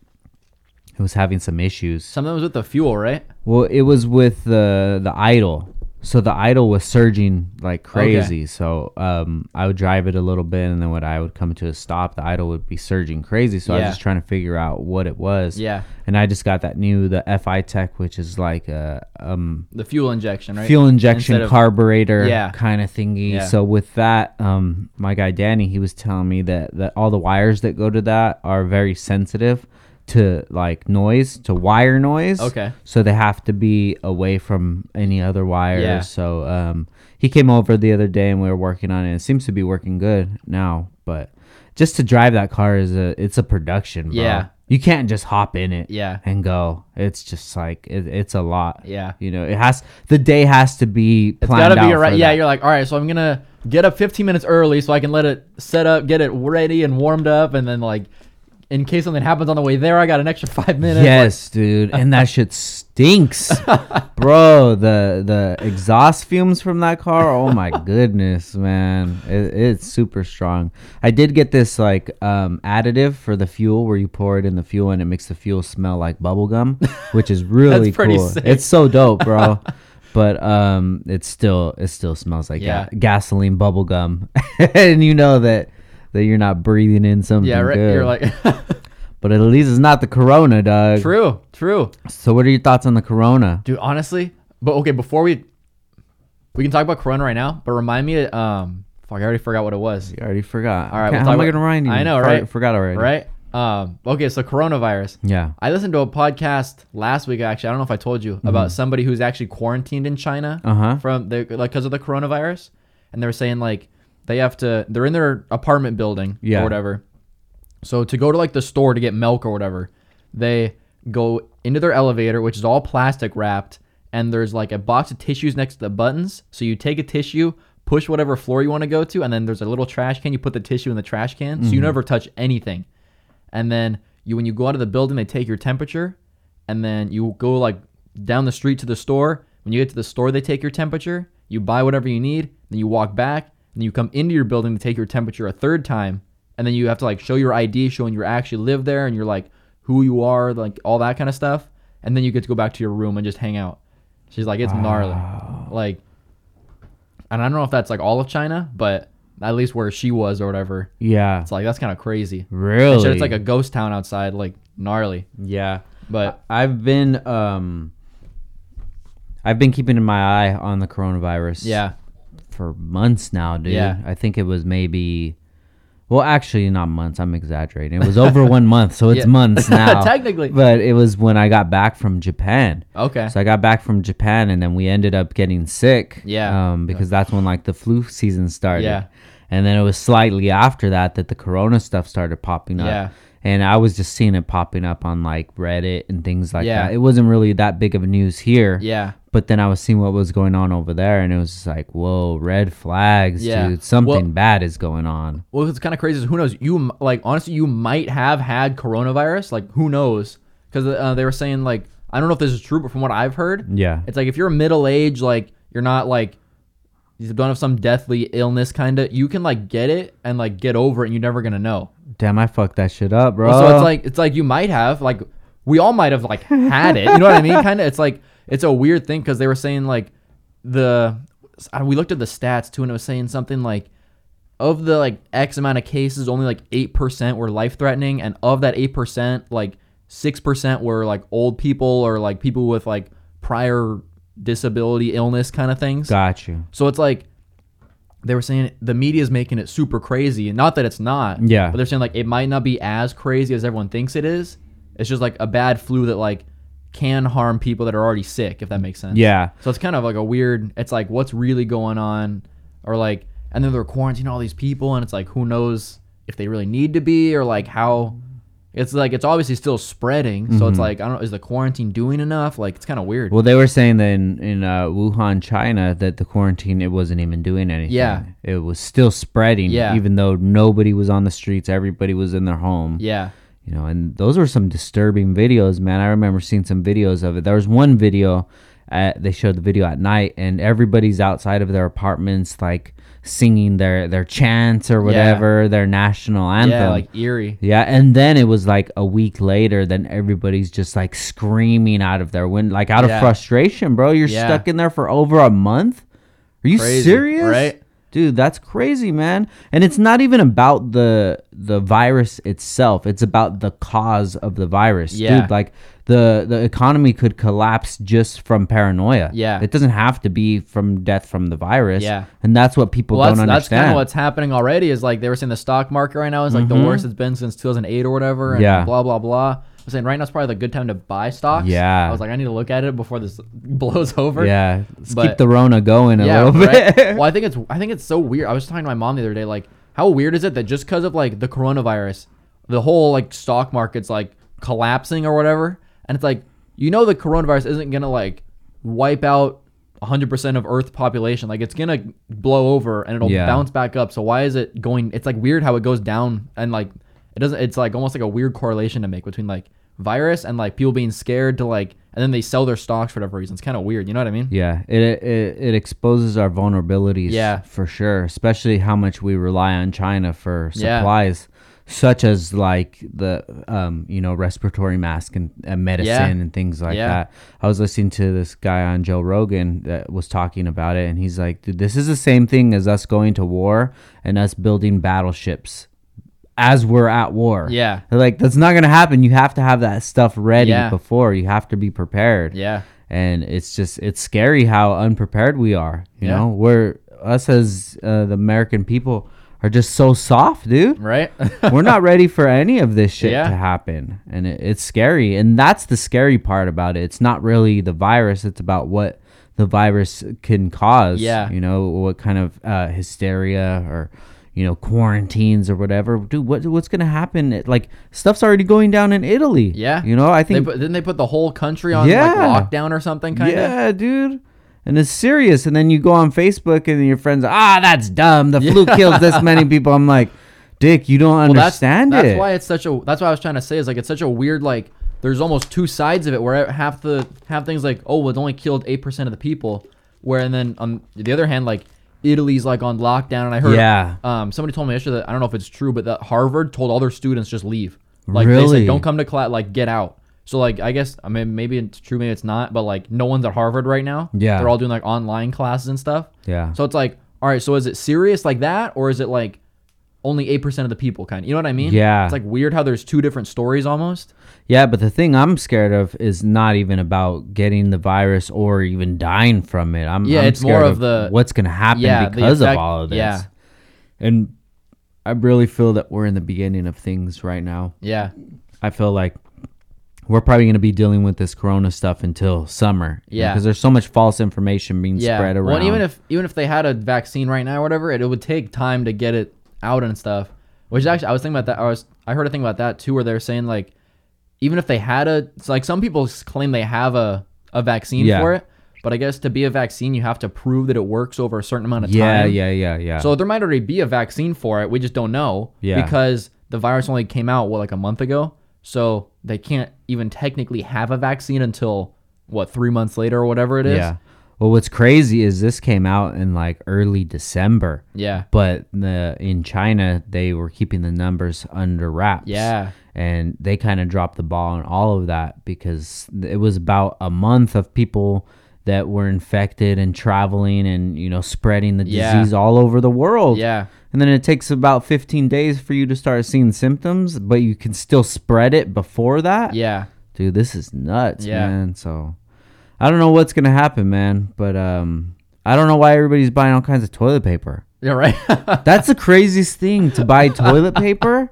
S1: It was having some issues.
S2: Something was with the fuel, right?
S1: Well, it was with the the idle. So the idle was surging like crazy. So um, I would drive it a little bit, and then when I would come to a stop, the idle would be surging crazy. So I
S2: Yeah.
S1: was just trying to figure out what it was.
S2: Yeah.
S1: And I just got that new the FI Tech, which is like a um,
S2: The fuel injection, right?
S1: fuel injection
S2: Instead of-
S1: carburetor
S2: Yeah.
S1: kind of thingy.
S2: Yeah.
S1: So with that, um, my guy Danny, he was telling me that that all the wires that go to that are very sensitive to like noise, to wire noise.
S2: Okay.
S1: So they have to be away from any other wires.
S2: Yeah.
S1: So um, he came over the other day and we were working on it. It seems to be working good now, but just to drive that car is a it's a production. Bro.
S2: Yeah.
S1: You can't just hop in it
S2: Yeah.
S1: and go. It's just like it, it's a lot.
S2: Yeah.
S1: You know, it has the day has to be
S2: It's
S1: planned
S2: gotta be
S1: out
S2: your right.
S1: for
S2: Yeah,
S1: that.
S2: you're like, all right, so I'm gonna get up 15 minutes early so I can let it set up, get it ready and warmed up, and then like, in case something happens on the way there, I got an extra five minutes.
S1: Yes, dude, and that shit stinks, bro. The the exhaust fumes from that car. Oh my goodness, man, it, it's super strong. I did get this like um, additive for the fuel where you pour it in the fuel and it makes the fuel smell like bubble gum, which is really
S2: pretty
S1: cool.
S2: sick.
S1: It's so dope, bro. But um, it still it still smells like
S2: Yeah.
S1: ga- gasoline bubble gum, and you know that that you're not breathing in something.
S2: yeah, right.
S1: good.
S2: You're like,
S1: but at least it's not the Corona, dog.
S2: true, true,
S1: So, what are your thoughts on the Corona?
S2: dude. Honestly, but okay, before we, we can talk about Corona right now. But remind me, um, fuck, I already forgot what it was.
S1: You already forgot.
S2: All right,
S1: Okay,
S2: we'll
S1: how
S2: talk
S1: am I
S2: about-
S1: gonna remind you?
S2: I know,
S1: For-
S2: right?
S1: Forgot already.
S2: Right. Um. Okay, so coronavirus.
S1: Yeah.
S2: I listened to a podcast last week. Actually, I don't know if I told you about somebody who's actually quarantined in China
S1: Mm-hmm. Uh-huh.
S2: from the like because of the coronavirus, and they were saying like they have to they're in their apartment building
S1: Yeah.
S2: or whatever. So to go to like the store to get milk or whatever, they go into their elevator, which is all plastic wrapped, and there's like a box of tissues next to the buttons. So you take a tissue, push whatever floor you want to go to, and then there's a little trash can. You put the tissue in the trash can, so you
S1: Mm-hmm.
S2: never touch anything. And then you, when you go out of the building, they take your temperature, and then you go like down the street to the store. When you get to the store, they take your temperature. You buy whatever you need, then you walk back, then you come into your building to take your temperature a third time, and then you have to like show your ID, showing you actually live there, and you're like who you are, like all that kind of stuff. And then you get to go back to your room and just hang out. She's like, it's gnarly, like, and I don't know if that's like all of China, but at least where she was or whatever,
S1: Yeah.
S2: it's like that's kind of crazy.
S1: really.
S2: Shit, it's like a ghost town outside, like gnarly.
S1: yeah.
S2: But
S1: I've been um. I've been keeping my eye on the coronavirus.
S2: yeah,
S1: For months now, dude.
S2: Yeah.
S1: I think it was maybe. Well, actually, not months. I'm exaggerating. It was over one month, so it's
S2: Yeah.
S1: months now.
S2: Technically.
S1: But it was when I got back from Japan.
S2: okay,
S1: So I got back from Japan, and then we ended up getting sick.
S2: Yeah.
S1: Um, because that's when like the flu season started.
S2: Yeah.
S1: And then it was slightly after that that the corona stuff started popping up.
S2: Yeah.
S1: And I was just seeing it popping up on like Reddit and things like
S2: Yeah.
S1: that. It wasn't really that big of news here.
S2: yeah,
S1: But then I was seeing what was going on over there, and it was just like, whoa, red flags,
S2: Yeah.
S1: dude. Something
S2: Well-
S1: bad is going on.
S2: Well, it's kind of crazy. is Who knows? You m- like honestly, you might have had coronavirus. Like who knows? Because uh, they were saying like I don't know if this is true, but from what I've heard,
S1: Yeah.
S2: it's like if you're middle age, like you're not like you don't have some deathly illness kind of. You can like get it and like get over it, and you're never gonna know.
S1: Damn, I fucked that shit up, bro.
S2: So it's like it's like you might have like we all might have like had it. You know what I mean? Kind of. It's like it's a weird thing because they were saying like the uh, we looked at the stats too, and it was saying something like of the like X amount of cases, only like eight percent were life threatening, and of that eight percent, like six percent were like old people or like people with like prior disability illness kind of things.
S1: got you.
S2: So it's like they were saying the media is making it super crazy, and not that it's not.
S1: Yeah.
S2: But they're saying like it might not be as crazy as everyone thinks it is. It's just like a bad flu that like can harm people that are already sick, if that makes sense.
S1: Yeah.
S2: So it's kind of like a weird. It's like what's really going on, or like, and then they're quarantining all these people, and it's like who knows if they really need to be, or like how. It's like it's obviously still spreading, so it's like I don't know. Is the quarantine doing enough? Like it's kind of weird.
S1: Mm-hmm. Well, they were saying that in, in uh, Wuhan, China, that the quarantine it wasn't even doing anything.
S2: Yeah.
S1: it was still spreading.
S2: Yeah.
S1: even though nobody was on the streets, everybody was in their home.
S2: yeah.
S1: you know, and those were some disturbing videos, man. I remember seeing some videos of it. There was one video, at, they showed the video at night, and everybody's outside of their apartments, like singing their their chants or whatever, their national anthem.
S2: Yeah. Like eerie.
S1: Yeah, and then it was like a week later, then everybody's just like screaming out of their window, like out of
S2: Yeah.
S1: frustration, bro. You're
S2: Yeah.
S1: stuck in there for over a month. Are you
S2: Crazy,
S1: serious?
S2: right?
S1: Dude, that's crazy, man. And it's not even about the the virus itself. It's about the cause of the virus.
S2: Yeah.
S1: Dude, like the the economy could collapse just from paranoia.
S2: Yeah.
S1: It doesn't have to be from death from the virus.
S2: Yeah.
S1: And that's what people
S2: Well, that's,
S1: don't
S2: that's
S1: understand. Mm-hmm.
S2: kind of what's happening already. Is like they were saying the stock market right now is like the worst it's been since 2008 or whatever. And
S1: Yeah.
S2: Blah blah blah. I'm saying right now is probably the good time to buy stocks.
S1: Yeah.
S2: I was like, I need to look at it before this blows over.
S1: yeah. Let's keep
S2: But-
S1: the Rona going a
S2: Yeah.
S1: little
S2: right?
S1: bit.
S2: well, I think it's I think it's so weird. I was talking to my mom the other day, like, how weird is it that just because of like the coronavirus, the whole like stock market's like collapsing or whatever. And it's like, you know, the coronavirus isn't going to like wipe out 100% of Earth population. Like, it's going to blow over and it'll
S1: Yeah.
S2: bounce back up. So, why is it going? It's like weird how it goes down and like it doesn't, it's like almost like a weird correlation to make between like virus and like people being scared to like, and then they sell their stocks for whatever reason. It's kind of weird. You know what I mean?
S1: Yeah, it, it it exposes our vulnerabilities.
S2: Yeah.
S1: for sure. Especially how much we rely on China for
S2: Yeah.
S1: supplies, such as like the um you know respiratory mask and, and medicine and things like
S2: Yeah.
S1: that. I was listening to this guy on Joe Rogan that was talking about it, and he's like, "Dude, this is the same thing as us going to war and us building battleships." As we're at war,
S2: Yeah.
S1: They're like that's not gonna happen. You have to have that stuff ready
S2: Yeah.
S1: before. You have to be prepared
S2: Yeah.
S1: and it's just it's scary how unprepared we are you
S2: Yeah.
S1: know we're us as uh, the american people are just so soft dude
S2: Right?
S1: we're not ready for any of this shit
S2: Yeah.
S1: to happen and it, it's scary and that's the scary part about it it's not really the virus it's about what the virus can cause
S2: Yeah.
S1: you know what kind of uh, hysteria or you know quarantines or whatever dude what, what's gonna happen like stuff's already going down in italy
S2: Yeah.
S1: you know i think
S2: they put, didn't they put the whole country on
S1: Yeah.
S2: like lockdown or something? Kind of.
S1: yeah, dude. And it's serious. And then you go on Facebook and your friends, ah, that's dumb. The flu kills this many people. I'm like, Dick, you don't
S2: Well,
S1: understand
S2: that's,
S1: it.
S2: That's why it's such a. That's what I was trying to say is like it's such a weird like. There's almost two sides of it where half the half things like oh well, it only killed eight percent of the people, where and then on the other hand like Italy's like on lockdown and I heard
S1: Yeah.
S2: um somebody told me yesterday that I don't know if it's true but that Harvard told all their students just leave like they
S1: Really?
S2: said don't come to class like get out so like I guess I mean maybe it's true maybe it's not but like no one's at Harvard right now
S1: Yeah.
S2: they're all doing like online classes and stuff
S1: Yeah.
S2: so it's like all right so is it serious like that or is it like only 8% of the people kind of you know what i mean
S1: Yeah.
S2: it's like weird how there's two different stories almost
S1: yeah, but the thing I'm scared of is not even about getting the virus or even dying from it. I'm
S2: Yeah,
S1: I'm
S2: it's more
S1: scared
S2: of the-
S1: what's gonna happen
S2: yeah the
S1: because
S2: effect-
S1: of all of this.
S2: yeah
S1: And I really feel that we're in the beginning of things right now.
S2: yeah
S1: I feel like we're probably going to be dealing with this corona stuff until summer.
S2: Yeah.
S1: Because there's so much false information being
S2: yeah
S1: spread around.
S2: well, and even if even if they had a vaccine right now or whatever it, it would take time to get it out and stuff which actually i was thinking about that i was i heard a thing about that too where they're saying like even if they had a it's like some people s- claim they have a a vaccine
S1: Yeah.
S2: for it but i guess to be a vaccine you have to prove that it works over a certain amount of
S1: yeah,
S2: time
S1: yeah, yeah, yeah.
S2: So there might already be a vaccine for it. We just don't know
S1: Yeah.
S2: because the virus only came out what like a month ago. So they can't even technically have a vaccine until what three months later or whatever it is.
S1: yeah. Well, what's crazy is this came out in like early December.
S2: Yeah.
S1: But the in China they were keeping the numbers under wraps.
S2: Yeah.
S1: And they kind of dropped the ball on all of that because it was about a month of people that were infected and traveling and you know spreading the
S2: Yeah.
S1: disease all over the world.
S2: Yeah.
S1: And then it takes about 15 days for you to start seeing symptoms, but you can still spread it before that.
S2: Yeah.
S1: Dude, this is nuts,
S2: Yeah.
S1: man. So I don't know what's going to happen, man, but um I don't know why everybody's buying all kinds of toilet paper.
S2: Yeah. Right.
S1: That's the craziest thing to buy toilet paper.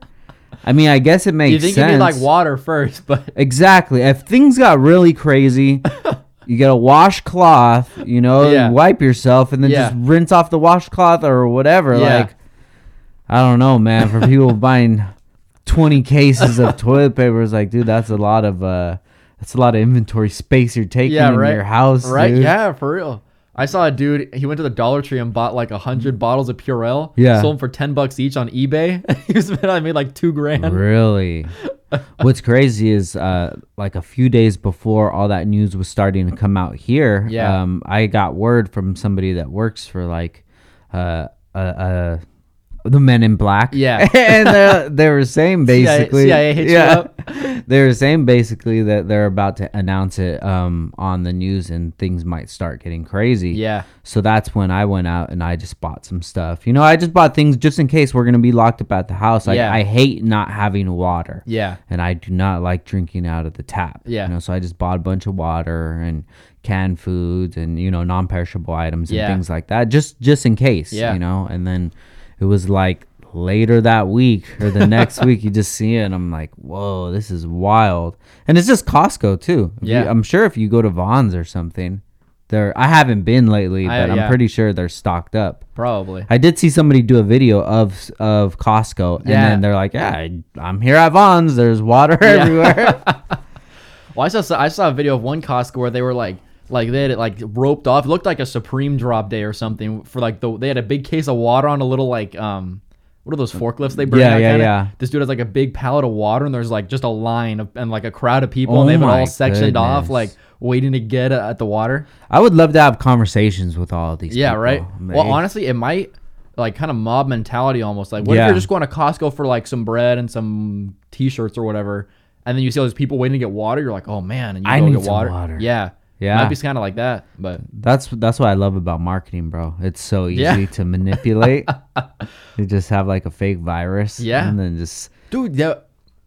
S1: I mean, I guess it makes
S2: you think
S1: sense.
S2: you need like water first, but
S1: Exactly. If things got really crazy, you get a washcloth, you know,
S2: Yeah.
S1: you wipe yourself and then
S2: Yeah.
S1: just rinse off the washcloth or whatever.
S2: Yeah.
S1: Like, I don't know, man. For people buying 20 cases of toilet paper, it's like, dude, that's a lot of, uh, that's a lot of inventory space you're taking
S2: yeah,
S1: in
S2: right.
S1: your house.
S2: right?
S1: dude.
S2: Yeah, for real. I saw a dude. He went to the Dollar Tree and bought like a hundred bottles of Purell.
S1: Yeah.
S2: sold them for ten bucks each on eBay. he was I made like two grand.
S1: Really? What's crazy is uh, like a few days before all that news was starting to come out here,
S2: Yeah.
S1: um, I got word from somebody that works for like uh, uh, uh, the Men in Black.
S2: Yeah.
S1: and uh, they were saying basically.
S2: CIA hit you up?
S1: They were saying basically that they're about to announce it um, on the news and things might start getting crazy.
S2: Yeah.
S1: So that's when I went out and I just bought some stuff. You know, I just bought things just in case we're gonna be locked up at the house. Like
S2: Yeah.
S1: I hate not having water.
S2: Yeah.
S1: And I do not like drinking out of the tap.
S2: Yeah.
S1: You know, so I just bought a bunch of water and canned foods and you know non-perishable items and
S2: Yeah.
S1: things like that. Just just in case.
S2: Yeah.
S1: You know, and then it was like later that week or the next week you just see it and I'm like, whoa, this is wild. And it's just Costco too. If you-
S2: Yeah.
S1: I'm sure if you go to Vaughn's or something, They're I haven't been lately,
S2: I-
S1: but
S2: yeah.
S1: I'm pretty sure they're stocked up.
S2: Probably.
S1: I did see somebody do a video of of Costco, and
S2: Yeah.
S1: then they're like, "Yeah, I, I'm here at Vaughn's. There's water everywhere."
S2: Well, I saw I saw a video of one Costco where they were like like they had it like roped off. It looked like a Supreme drop day or something for like the they had a big case of water on a little like um what are those forklifts they bring
S1: Yeah,
S2: out?
S1: yeah,
S2: kinda?
S1: yeah.
S2: This dude has like a big pallet of water and there's like just a line of, and like a crowd of people
S1: Oh
S2: and they've it
S1: my
S2: all sectioned off
S1: goodness.
S2: like waiting to get a- at the water.
S1: I would love to have conversations with all of these.
S2: Yeah,
S1: people.
S2: right.
S1: oh, Man,
S2: Well, honestly, it might like kind of mob mentality almost. Like, what if
S1: Yeah.
S2: you're just going to Costco for like some bread and some t-shirts or whatever, and then you see all these people waiting to get water? You're like, oh man, and you
S1: I
S2: go
S1: need
S2: get
S1: some
S2: water.
S1: water.
S2: Yeah,
S1: Yeah.
S2: Might be kind of like that, but
S1: that's that's what I love about marketing, bro. It's so easy
S2: Yeah.
S1: to manipulate. you just have like a fake virus,
S2: Yeah.
S1: and then just
S2: dude, yeah,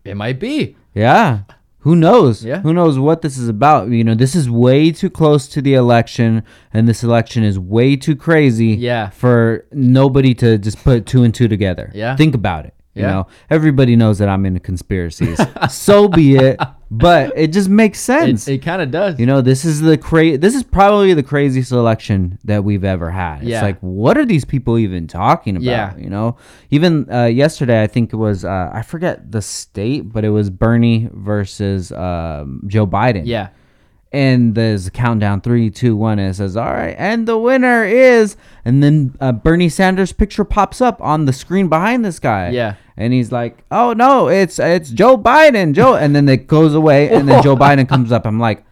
S2: it might be.
S1: Yeah. Who knows?
S2: Yeah.
S1: Who knows what this is about? You know, this is way too close to the election, and this election is way too crazy.
S2: Yeah.
S1: For nobody to just put two and two together.
S2: Yeah.
S1: Think about it. You
S2: Yeah.
S1: know, everybody knows that I'm into conspiracies. so be it. But it just makes sense.
S2: It, it kind of does.
S1: you know, this is the cra- This is probably the craziest election that we've ever had. It's
S2: Yeah.
S1: like, what are these people even talking about?
S2: Yeah.
S1: You know, even uh, yesterday, I think it was uh, I forget the state, but it was Bernie versus um, Joe Biden.
S2: yeah,
S1: And there's a countdown three, two, one, and it says, "All right," and the winner is, and then uh, Bernie Sanders' picture pops up on the screen behind this guy.
S2: Yeah.
S1: And he's like, "Oh no, it's it's Joe Biden, Joe," and then it goes away, and then Joe Biden comes up. I'm like,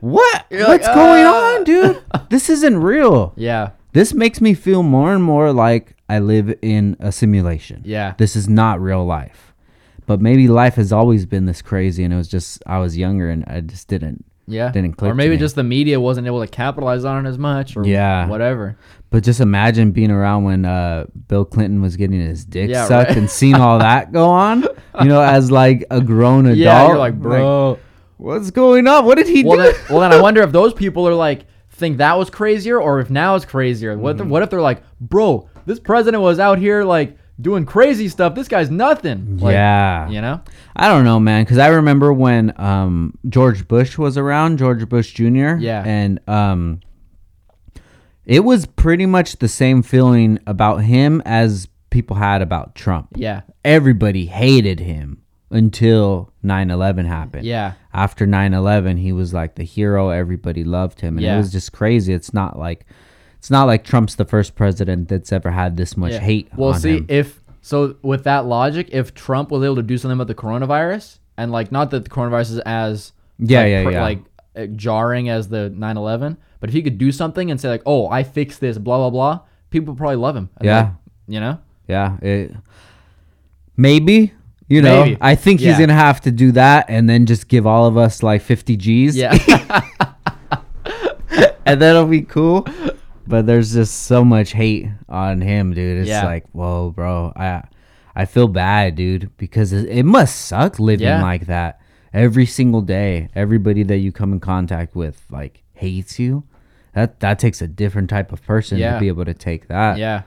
S1: "What?
S2: You're like,
S1: What's going
S2: "Ah."
S1: on, dude? This isn't real."
S2: yeah,
S1: This makes me feel more and more like I live in a simulation.
S2: Yeah.
S1: This is not real life. But maybe life has always been this crazy and it was just I was younger and I just didn't.
S2: yeah.
S1: Didn't click
S2: or
S1: to
S2: maybe
S1: me.
S2: just the media wasn't able to capitalize on it as much, or
S1: Yeah.
S2: whatever.
S1: But just imagine being around when uh, Bill Clinton was getting his dick
S2: Yeah,
S1: sucked
S2: right.
S1: and seeing all that go on, you know, as like a grown adult.
S2: Yeah, you're like, bro.
S1: what's going on? What did he
S2: well,
S1: do?
S2: then, well, then I wonder if those people are like think that was crazier, or if now it's crazier. What
S1: Mm-hmm.
S2: if- what if they're like, bro, this president was out here like doing crazy stuff. This guy's nothing. Like,
S1: yeah.
S2: you know.
S1: I don't know, man, because I remember when um, George Bush was around, George Bush Jr.
S2: Yeah.
S1: and um, it was pretty much the same feeling about him as people had about Trump.
S2: Yeah,
S1: Everybody hated him until 9/11 happened.
S2: yeah,
S1: After 9/11, he was like the hero. Everybody loved him, and
S2: Yeah.
S1: it was just crazy. It's not like it's not like Trump's the first president that's ever had this much
S2: yeah.
S1: hate.
S2: Well,
S1: on
S2: see
S1: him.
S2: if so. With that logic, if Trump was able to do something about the coronavirus, and like not that the coronavirus is as
S1: Yeah,
S2: like,
S1: yeah,
S2: pr-
S1: yeah.
S2: like uh, jarring as the 9/11, but if he could do something and say like, oh, I fixed this, blah blah blah, people would probably love him. And,
S1: Yeah.
S2: like, you know.
S1: Yeah, it, maybe. You know,
S2: Maybe.
S1: I think
S2: Yeah.
S1: he's gonna have to do that, and then just give all of us like 50 G's.
S2: Yeah.
S1: and that'll be cool. But there's just so much hate on him, dude. It's
S2: Yeah.
S1: like, whoa, bro. I I feel bad, dude, because it, it must suck living
S2: Yeah.
S1: like that every single day. Everybody that you come in contact with like hates you. That that takes a different type of person
S2: Yeah.
S1: to be able to take that
S2: yeah.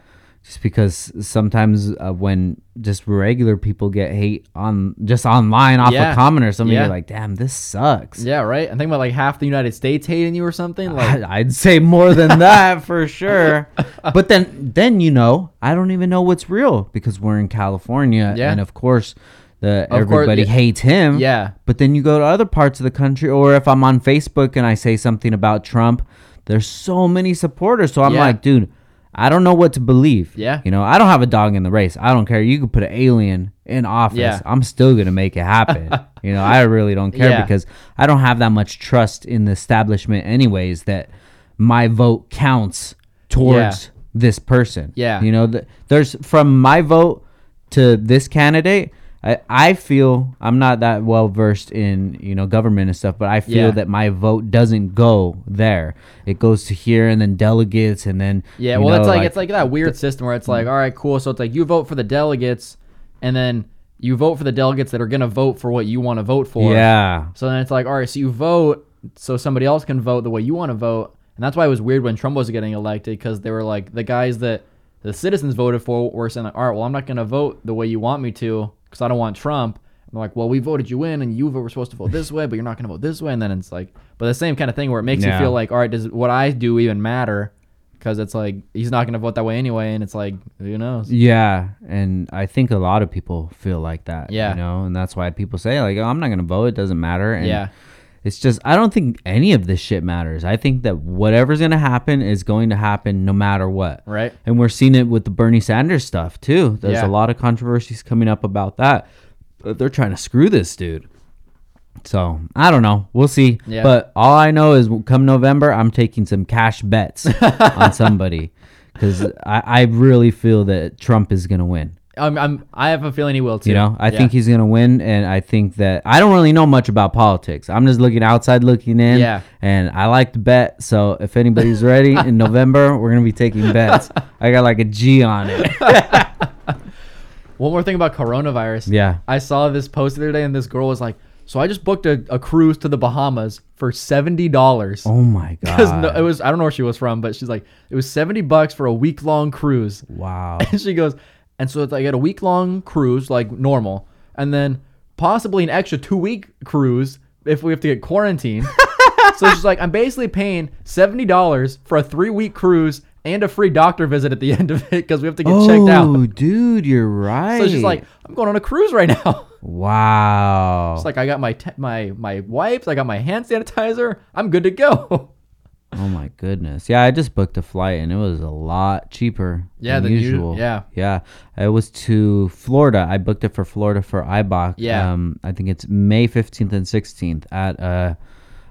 S1: just because sometimes uh, when just regular people get hate on just online off
S2: Yeah.
S1: a comment or something,
S2: Yeah.
S1: you're like, damn, this sucks.
S2: Yeah, right. I'm thinking about like half the United States hating you or something. Like,
S1: I- I'd say more than that for sure. But then, then you know, I don't even know what's real because we're in California,
S2: Yeah.
S1: and of course, the
S2: Of course,
S1: everybody
S2: yeah.
S1: hates him.
S2: yeah,
S1: But then you go to other parts of the country, or if I'm on Facebook and I say something about Trump, there's so many supporters. So I'm
S2: Yeah.
S1: like, dude, I don't know what to believe.
S2: Yeah.
S1: You know, I don't have a dog in the race. I don't care. You could put an alien in office.
S2: Yeah.
S1: I'm still going to make it happen. you know, I really don't care
S2: Yeah.
S1: because I don't have that much trust in the establishment, anyways, that my vote counts towards this person.
S2: Yeah.
S1: You know, th- there's from my vote to this candidate. I, I feel I'm not that well versed in you know government and stuff, but I feel
S2: Yeah.
S1: that my vote doesn't go there. It goes to here and then delegates and then
S2: yeah.
S1: you
S2: Well, it's
S1: know, Mm.
S2: like, it's like that weird system where it's like, all right, cool. So it's like you vote for the delegates, and then you vote for the delegates that are gonna vote for what you want to vote for.
S1: yeah
S2: So then it's like, all right, so you vote so somebody else can vote the way you want to vote, and that's why it was weird when Trump was getting elected because they were like the guys that the citizens voted for were saying, like, all right, well, I'm not gonna vote the way you want me to because I don't want Trump. And they're like, well, we voted you in, and you were supposed to vote this way, but you're not gonna vote this way, and then it's like But the same kind of thing where it makes you
S1: Yeah.
S2: feel like, all right, does what I do even matter? Because it's like he's not going to vote that way anyway, and it's like who knows?
S1: Yeah, and I think a lot of people feel like that.
S2: Yeah.
S1: you know, and that's why people say like, "Oh, I'm not gonna vote. It doesn't matter." And
S2: Yeah.
S1: it's just I don't think any of this shit matters. I think that whatever's gonna happen is going to happen no matter what.
S2: Right.
S1: And we're seeing it with the Bernie Sanders stuff too. There's
S2: Yeah.
S1: a lot of controversies coming up about that. But they're trying to screw this dude. So I don't know. We'll see.
S2: Yeah.
S1: But all I know is come November, I'm taking some cash bets on somebody because I, I really feel that Trump is going to win.
S2: I'm, I'm I have a feeling he will too.
S1: You know, I
S2: Yeah.
S1: think he's going to win. And I think that I don't really know much about politics. I'm just looking outside, looking in.
S2: Yeah.
S1: And I like to bet. So if anybody's ready in November, we're going to be taking bets. I got like a G on it.
S2: One more thing about coronavirus.
S1: Yeah.
S2: I saw this post the other day, and this girl was like, "So I just booked a, a cruise to the Bahamas for seventy dollars."
S1: Oh my
S2: Because
S1: god.
S2: no, it was I don't know where she was from, but she's like, it was seventy bucks for a week long cruise.
S1: wow.
S2: And she goes, and so it's like I got a week long cruise, like normal, and then possibly an extra two week cruise if we have to get quarantined. so she's like, I'm basically paying seventy dollars for a three week cruise and a free doctor visit at the end of it because we have to get checked out.
S1: Oh, dude, you're right.
S2: So she's like, I'm going on a cruise right now.
S1: wow.
S2: It's like I got my te- my my wipes, I got my hand sanitizer, I'm good to go.
S1: oh my goodness. Yeah, I just booked a flight and it was a lot cheaper.
S2: Yeah,
S1: than
S2: than usu-
S1: usual.
S2: yeah.
S1: yeah. It was to Florida. I booked it for Florida for IBOC.
S2: Yeah.
S1: um, I think it's May fifteenth and sixteenth at uh,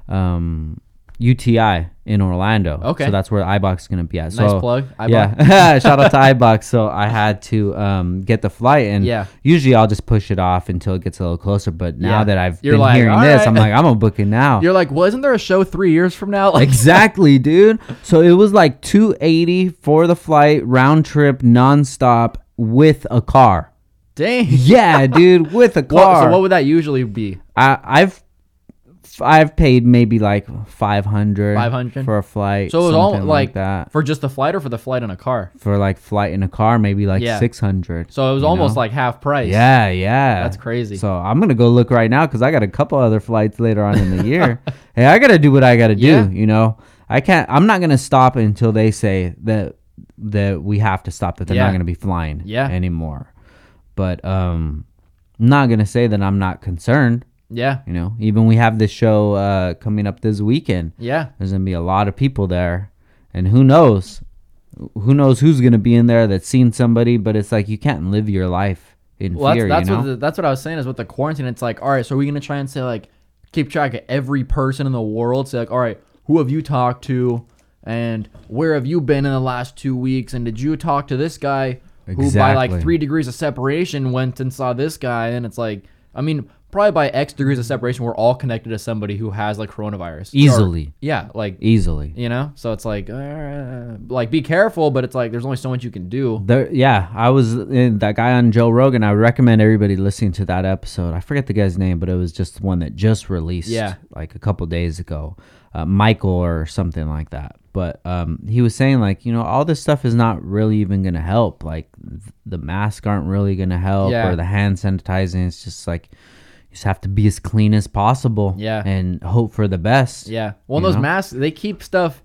S1: um, UTI in Orlando.
S2: Okay.
S1: so that's where IBOC's gonna be at.
S2: Nice
S1: so,
S2: plug, IBOC.
S1: Yeah, shout out to IBOC. So I had to um, get the flight and
S2: Yeah.
S1: usually I'll just push it off until it gets a little closer. But now
S2: Yeah.
S1: that I've
S2: You're
S1: been
S2: like,
S1: hearing
S2: "All
S1: this,
S2: right."
S1: I'm like, I'm gonna book it now.
S2: You're like, well, isn't there a show three years from now? Like,
S1: exactly, dude. So it was like 280 for the flight round trip nonstop with a car.
S2: dang.
S1: Yeah, dude, with a
S2: What-
S1: car.
S2: so what would that usually be?
S1: I, I've I've paid maybe like 500
S2: 500?
S1: for a flight.
S2: So it was all like,
S1: something that
S2: for just the flight or for the flight in a car.
S1: for like flight in a car, maybe like
S2: Yeah.
S1: 600.
S2: So it was
S1: you
S2: almost
S1: know?
S2: like half price.
S1: Yeah, yeah.
S2: That's crazy.
S1: So I'm gonna go look right now because I got a couple other flights later on in the year. hey, I gotta do what I gotta
S2: Yeah.
S1: do. You know, I can't. I'm not gonna stop until they say that that we have to stop. That they're
S2: Yeah.
S1: not gonna be flying
S2: Yeah.
S1: anymore. But um, I'm not gonna say that I'm not concerned.
S2: Yeah.
S1: You know, even we have this show uh, coming up this weekend.
S2: Yeah.
S1: There's gonna be a lot of people there, and who knows, who knows who's gonna be in there that's seen somebody. But it's like you can't live your life in
S2: Well,
S1: fear.
S2: that's, that's
S1: you know?
S2: what the, that's what I was saying is with the quarantine. It's like, all right, so are we gonna try and say like keep track of every person in the world? Say like, all right, who have you talked to, and where have you been in the last two weeks, and did you talk to this guy who by like
S1: Exactly.
S2: three degrees of separation went and saw this guy? And it's like, I mean, probably by X degrees of separation, we're all connected to somebody who has like coronavirus Or-
S1: Easily.
S2: yeah, like
S1: easily.
S2: you know so it's like uh, like be careful but it's like there's only so much you can do
S1: There, yeah, I was in that guy on Joe Rogan. I recommend everybody listening to that episode. I forget the guy's name, but it was just the one that just released,
S2: Yeah.
S1: like a couple days ago, uh, Michael or something like that. But um, he was saying like, you know, all this stuff is not really even gonna help. Like th- the masks aren't really gonna help,
S2: Yeah.
S1: or the hand sanitizing. It's just like you just have to be as clean as possible,
S2: Yeah.
S1: and hope for the best.
S2: yeah well
S1: You
S2: those
S1: know?
S2: masks they keep stuff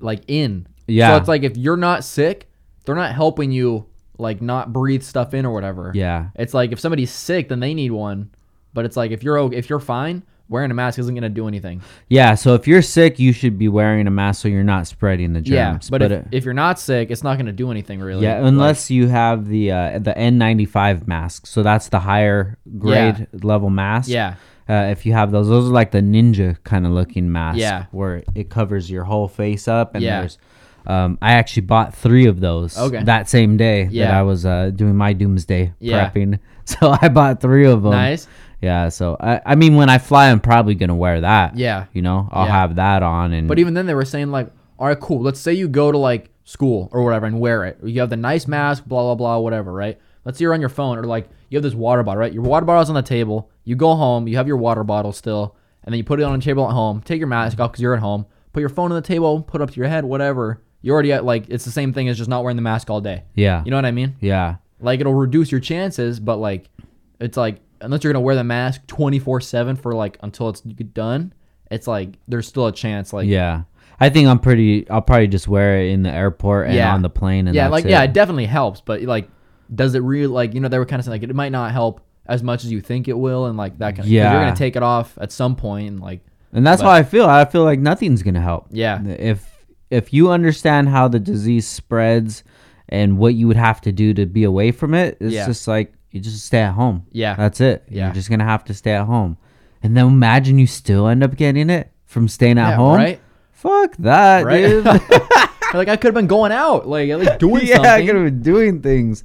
S2: like in
S1: Yeah.
S2: so it's like if you're not sick they're not helping you like not breathe stuff in or whatever
S1: yeah,
S2: it's like if somebody's sick then they need one but it's like if you're o- if you're fine wearing a mask isn't gonna do anything
S1: yeah. So if you're sick, you should be wearing a mask so you're not spreading the germs.
S2: yeah but, if,
S1: it-
S2: if you're not sick it's not gonna do anything really
S1: Yeah, unless you have the uh, the N95 mask. So that's the higher grade level mask.
S2: Yeah.
S1: Uh, if you have those, those are like the ninja kind of looking mask.
S2: Yeah.
S1: Where it covers your whole face up. And
S2: Yeah.
S1: there's, um, I actually bought three of those
S2: Okay.
S1: that same day that
S2: Yeah.
S1: I was uh, doing my doomsday
S2: Yeah.
S1: prepping. So I bought three of them.
S2: Nice.
S1: Yeah. So I, I mean, when I fly, I'm probably gonna wear that.
S2: Yeah.
S1: You know, I'll
S2: Yeah.
S1: have that on and.
S2: But even then, they were saying like, all right, cool. Let's say you go to like school or whatever and wear it. You have the nice mask, blah blah blah, whatever, right? Let's say you're on your phone or like you have this water bottle, right? Your water bottle's on the table. You go home, you have your water bottle still, and then you put it on the table at home. Take your mask off because you're at home. Put your phone on the table, put it up to your head, whatever. You already at, like it's the same thing as just not wearing the mask all day.
S1: yeah.
S2: You know what I mean?
S1: Yeah.
S2: Like it'll reduce your chances, but like it's like unless you're gonna wear the mask 24 seven for like until it's done, it's like there's still a chance. Like
S1: yeah. I think I'm pretty. I'll probably just wear it in the airport and
S2: Yeah.
S1: on the plane. And
S2: yeah,
S1: that's
S2: like
S1: it.
S2: yeah, it definitely helps, but like, does it really like you know they were kind of saying like it might not help as much as you think it will, and like that kind of you're
S1: Yeah.
S2: gonna take it off at some point, and like
S1: And that's
S2: But-
S1: how I feel. I feel like nothing's gonna help.
S2: Yeah.
S1: If if you understand how the disease spreads and what you would have to do to be away from it, it's
S2: Yeah.
S1: just like you just stay at home.
S2: Yeah.
S1: That's it.
S2: Yeah.
S1: You're just gonna have to stay at home. And then imagine you still end up getting it from staying at
S2: Yeah,
S1: home.
S2: right?
S1: Fuck that,
S2: Right?
S1: dude.
S2: like I could have been going out, like at least doing
S1: yeah, I
S2: something.
S1: could have been doing things.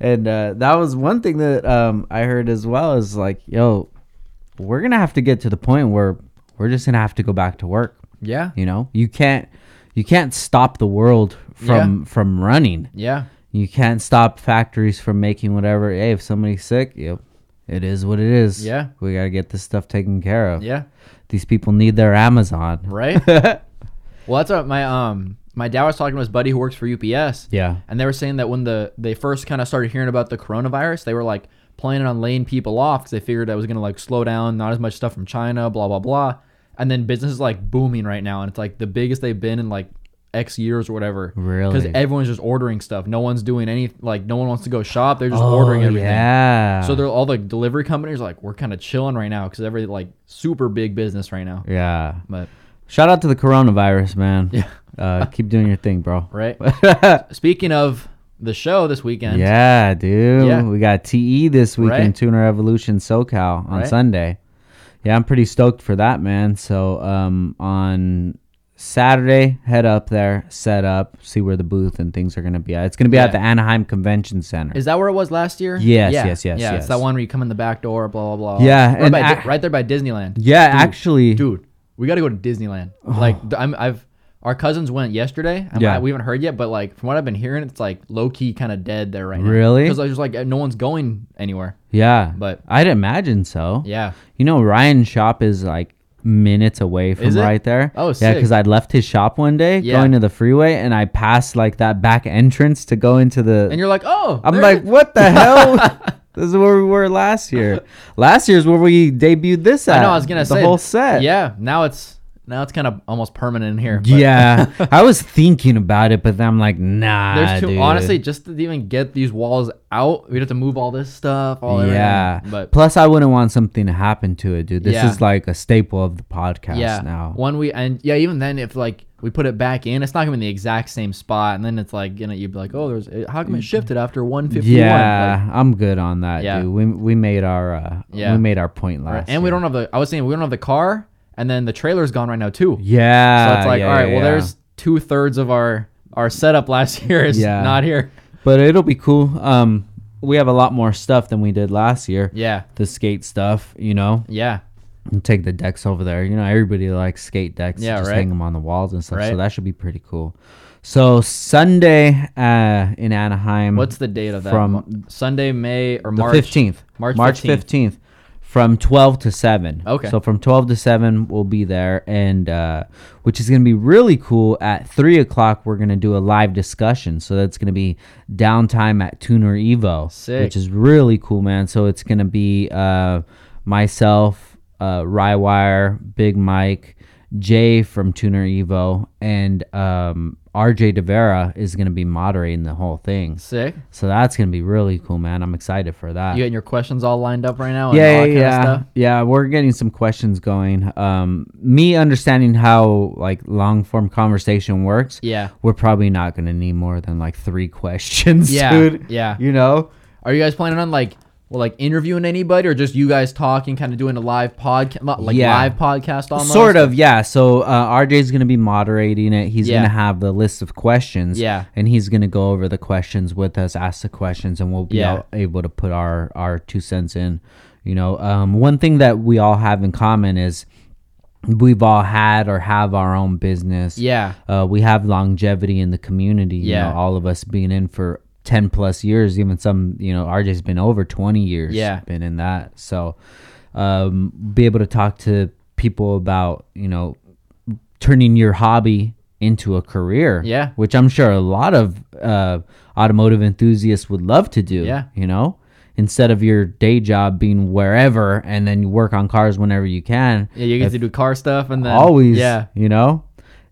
S1: And uh, that was one thing that um, I heard as well is like, yo, we're gonna have to get to the point where we're just gonna have to go back to work.
S2: Yeah,
S1: you know you can't you can't stop the world from from running
S2: yeah,
S1: you can't stop factories from making whatever hey if somebody's sick yep it is what it is
S2: Yeah.
S1: we gotta get this stuff taken care of
S2: yeah.
S1: these people need their amazon
S2: Right. well, that's what my um my dad was talking to his buddy who works for UPS.
S1: yeah
S2: and they were saying that when the they first kind of started hearing about the coronavirus, they were like planning on laying people off because they figured that was gonna like slow down, not as much stuff from China, blah blah blah. And then business is like booming right now, and it's like the biggest they've been in like X years or whatever.
S1: Really?
S2: Because everyone's just ordering stuff. No one's doing any like no one wants to go shop. They're just
S1: Oh,
S2: ordering everything.
S1: yeah
S2: So they're all the delivery companies are like we're kind of chilling right now because every like super big business right now.
S1: yeah
S2: But
S1: shout out to the coronavirus man
S2: Yeah.
S1: uh, keep doing your thing bro
S2: right. Speaking of the show this weekend,
S1: Yeah, dude.
S2: Yeah.
S1: We got TE this weekend,
S2: Right.
S1: Tuner Evolution SoCal on
S2: Right.
S1: Sunday. Yeah, I'm pretty stoked for that, man. So um, on Saturday, head up there, set up, see where the booth and things are going to be at. It's going to be
S2: Yeah.
S1: at the Anaheim Convention Center.
S2: Is that where it was last year?
S1: Yes, yes, yes,
S2: Yeah,
S1: yes.
S2: it's that one where you come in the back door, blah blah blah.
S1: Yeah,
S2: right,
S1: and
S2: by, Di-
S1: I-
S2: right there by Disneyland.
S1: yeah, actually.
S2: Dude, we got to go to Disneyland. Like, th- I'm, I've our cousins went yesterday. I'm,
S1: Oh. Yeah.
S2: yeah, we haven't heard yet, but like from what I've been hearing, it's like low key kind of dead there right now.
S1: Really?
S2: Because there's like no one's going anywhere.
S1: Yeah.
S2: But-
S1: I'd imagine so.
S2: Yeah,
S1: You know, Ryan's shop is like minutes away from
S2: Is it?
S1: right there.
S2: Oh,
S1: yeah,
S2: sick.
S1: because I'd left his shop one day
S2: Yeah.
S1: going to the freeway, and I passed like that back entrance to go into the.
S2: and you're like, oh,
S1: I'm
S2: there
S1: like,
S2: it is.
S1: what the hell? this is where we were last year. Last year's where we debuted this at.
S2: I know, I was gonna
S1: the
S2: say
S1: whole set.
S2: Yeah, now it's now it's kind of almost permanent in here. but
S1: yeah. I was thinking about it, but then I'm like, nah.
S2: There's too
S1: dude.
S2: honestly just to even get these walls out, we'd have to move all this stuff. All everything.
S1: yeah.
S2: but
S1: Plus, I wouldn't want something to happen to it, dude. This
S2: Yeah.
S1: is like a staple of the podcast
S2: yeah.
S1: now.
S2: One we and yeah, even then, if like we put it back in, it's not gonna be in the exact same spot, and then it's like you know you'd be like, oh, there's how come it shifted after 151?
S1: yeah, I'm good on that,
S2: Yeah.
S1: dude. We we made our uh,
S2: Yeah.
S1: we made our point last.
S2: Like, and we
S1: year.
S2: don't have the. I was saying we don't have the car, and then the trailer's gone right now too.
S1: Yeah.
S2: so it's like
S1: yeah,
S2: all right,
S1: yeah,
S2: well,
S1: yeah.
S2: there's two thirds of our our setup last year is
S1: Yeah.
S2: not here.
S1: But it'll be cool. Um, we have a lot more stuff than we did last year.
S2: Yeah,
S1: The skate stuff, you know,
S2: yeah,
S1: and take the decks over there. You know, everybody likes skate decks.
S2: Yeah,
S1: just
S2: right.
S1: hang them on the walls and stuff.
S2: Right.
S1: So that should be pretty cool. So Sunday uh, in Anaheim.
S2: What's the date of that?
S1: From
S2: Mo- Sunday, May or
S1: the
S2: March
S1: 15th
S2: March 15th.
S1: 15th. from 12 to 7
S2: Okay.
S1: so from 12 to 7 we'll be there and uh, which is going to be really cool at 3 o'clock we're going to do a live discussion so that's going to be downtime at tuner evo
S2: Sick.
S1: which is really cool man so it's going to be uh, myself uh, rywire big mike jay from tuner evo and um, rj devera is going to be moderating the whole thing
S2: Sick.
S1: so that's gonna be really cool, man. I'm excited for that.
S2: You getting your questions all lined up right now? And all
S1: yeah, yeah,
S2: that
S1: yeah.
S2: Kind of stuff?
S1: yeah. We're getting some questions going. Um, me understanding how like long form conversation works.
S2: Yeah.
S1: we're probably not gonna need more than like three questions,
S2: Yeah,
S1: dude.
S2: yeah.
S1: you know.
S2: Are you guys planning on like well like interviewing anybody or just you guys talking, kind of doing a live podcast, like
S1: Yeah.
S2: live podcast almost?
S1: Sort of, yeah. So uh, RJ's going to be moderating it. He's
S2: Yeah.
S1: going to have the list of questions.
S2: Yeah.
S1: And he's going to go over the questions with us, ask the questions, and we'll be
S2: Yeah.
S1: all able to put our, our two cents in. You know, um, one thing that we all have in common is we've all had or have our own business.
S2: Yeah.
S1: Uh, we have longevity in the community. You
S2: Yeah.
S1: know, all of us being in for 10 plus years, even some, you know, RJ's been over 20 years
S2: Yeah.
S1: been in that. So, um, be able to talk to people about you know turning your hobby into a career.
S2: Yeah.
S1: which I'm sure a lot of uh, automotive enthusiasts would love to do.
S2: Yeah.
S1: you know, instead of your day job being wherever and then you work on cars whenever you can.
S2: Yeah, you get
S1: if-
S2: to do car stuff and then
S1: always.
S2: Yeah,
S1: you know.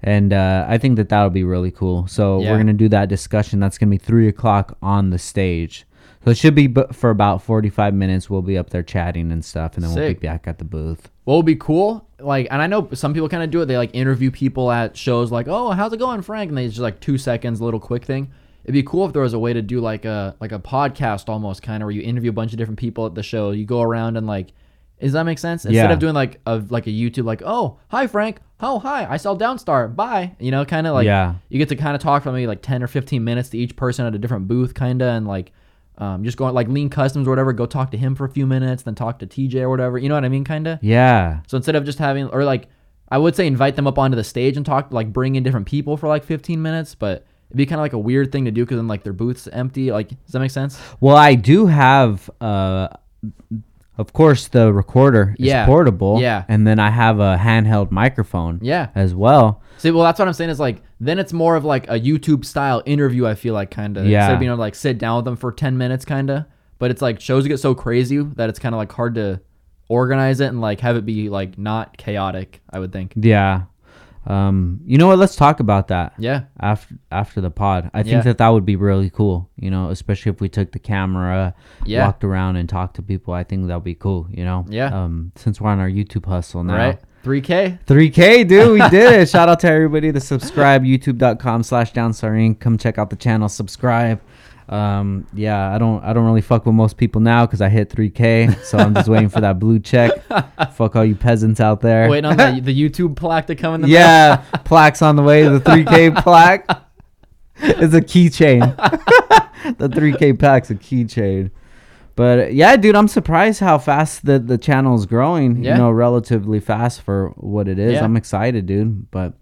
S1: And uh, I think that that'll be really cool. So
S2: Yeah.
S1: we're gonna do that discussion. That's gonna be three o'clock on the stage. So it should be bu- for about forty-five minutes. We'll be up there chatting and stuff, and then we'll be
S2: Sick.
S1: back at the booth.
S2: what would be cool like and i know some people kind of do it they like interview people at shows like oh how's it going frank and they just like two seconds little quick thing it'd be cool if there was a way to do like a like a podcast almost kind of where you interview a bunch of different people at the show you go around and like does that make sense instead
S1: Yeah.
S2: of doing like a like a youtube like oh hi frank oh hi i saw downstar bye you know kind of like
S1: Yeah.
S2: you get to kind of talk for maybe like 10 or 15 minutes to each person at a different booth kind of and like um, just going like lean customs or whatever go talk to him for a few minutes then talk to tj or whatever you know what i mean kind of
S1: Yeah,
S2: so instead of just having, or like, I would say invite them up onto the stage and talk, like bring in different people for like 15 minutes, but it'd be kind of like a weird thing to do because then like their booth's empty. Like, does that make sense?
S1: Well, I do have, uh, of course, the recorder is
S2: Yeah.
S1: portable.
S2: Yeah.
S1: And then I have a handheld microphone.
S2: Yeah.
S1: As well.
S2: See, well, that's what I'm saying is like, then it's more of like a YouTube style interview, I feel like, kind of.
S1: Yeah.
S2: Instead of being able to like sit down with them for 10 minutes, kind of. But it's like shows get so crazy that it's kind of like hard to organize it and like have it be like not chaotic, I would think.
S1: Yeah. Um, you know what? Let's talk about that.
S2: Yeah.
S1: After after the pod, I think
S2: Yeah.
S1: that that would be really cool. You know, especially if we took the camera,
S2: Yeah.
S1: walked around and talked to people. I think that'd be cool. You know.
S2: Yeah.
S1: Um, since we're on our YouTube hustle now.
S2: Right? 3K?
S1: 3K, dude. We did it. Shout out to everybody that subscribe. YouTube.com slash Downstar Inc. Come check out the channel. Subscribe. Um, yeah, I don't I don't really fuck with most people now because I hit 3K. So I'm just waiting for that blue check. Fuck all you peasants out there.
S2: Waiting on the, the YouTube plaque to come in the mail.
S1: yeah, plaques on the way. The 3K plaque. It's a keychain. the 3K plaque's a keychain. But yeah, dude, I'm surprised how fast the the channel's growing.
S2: Yeah.
S1: You know, relatively fast for what it is.
S2: Yeah.
S1: I'm excited, dude. But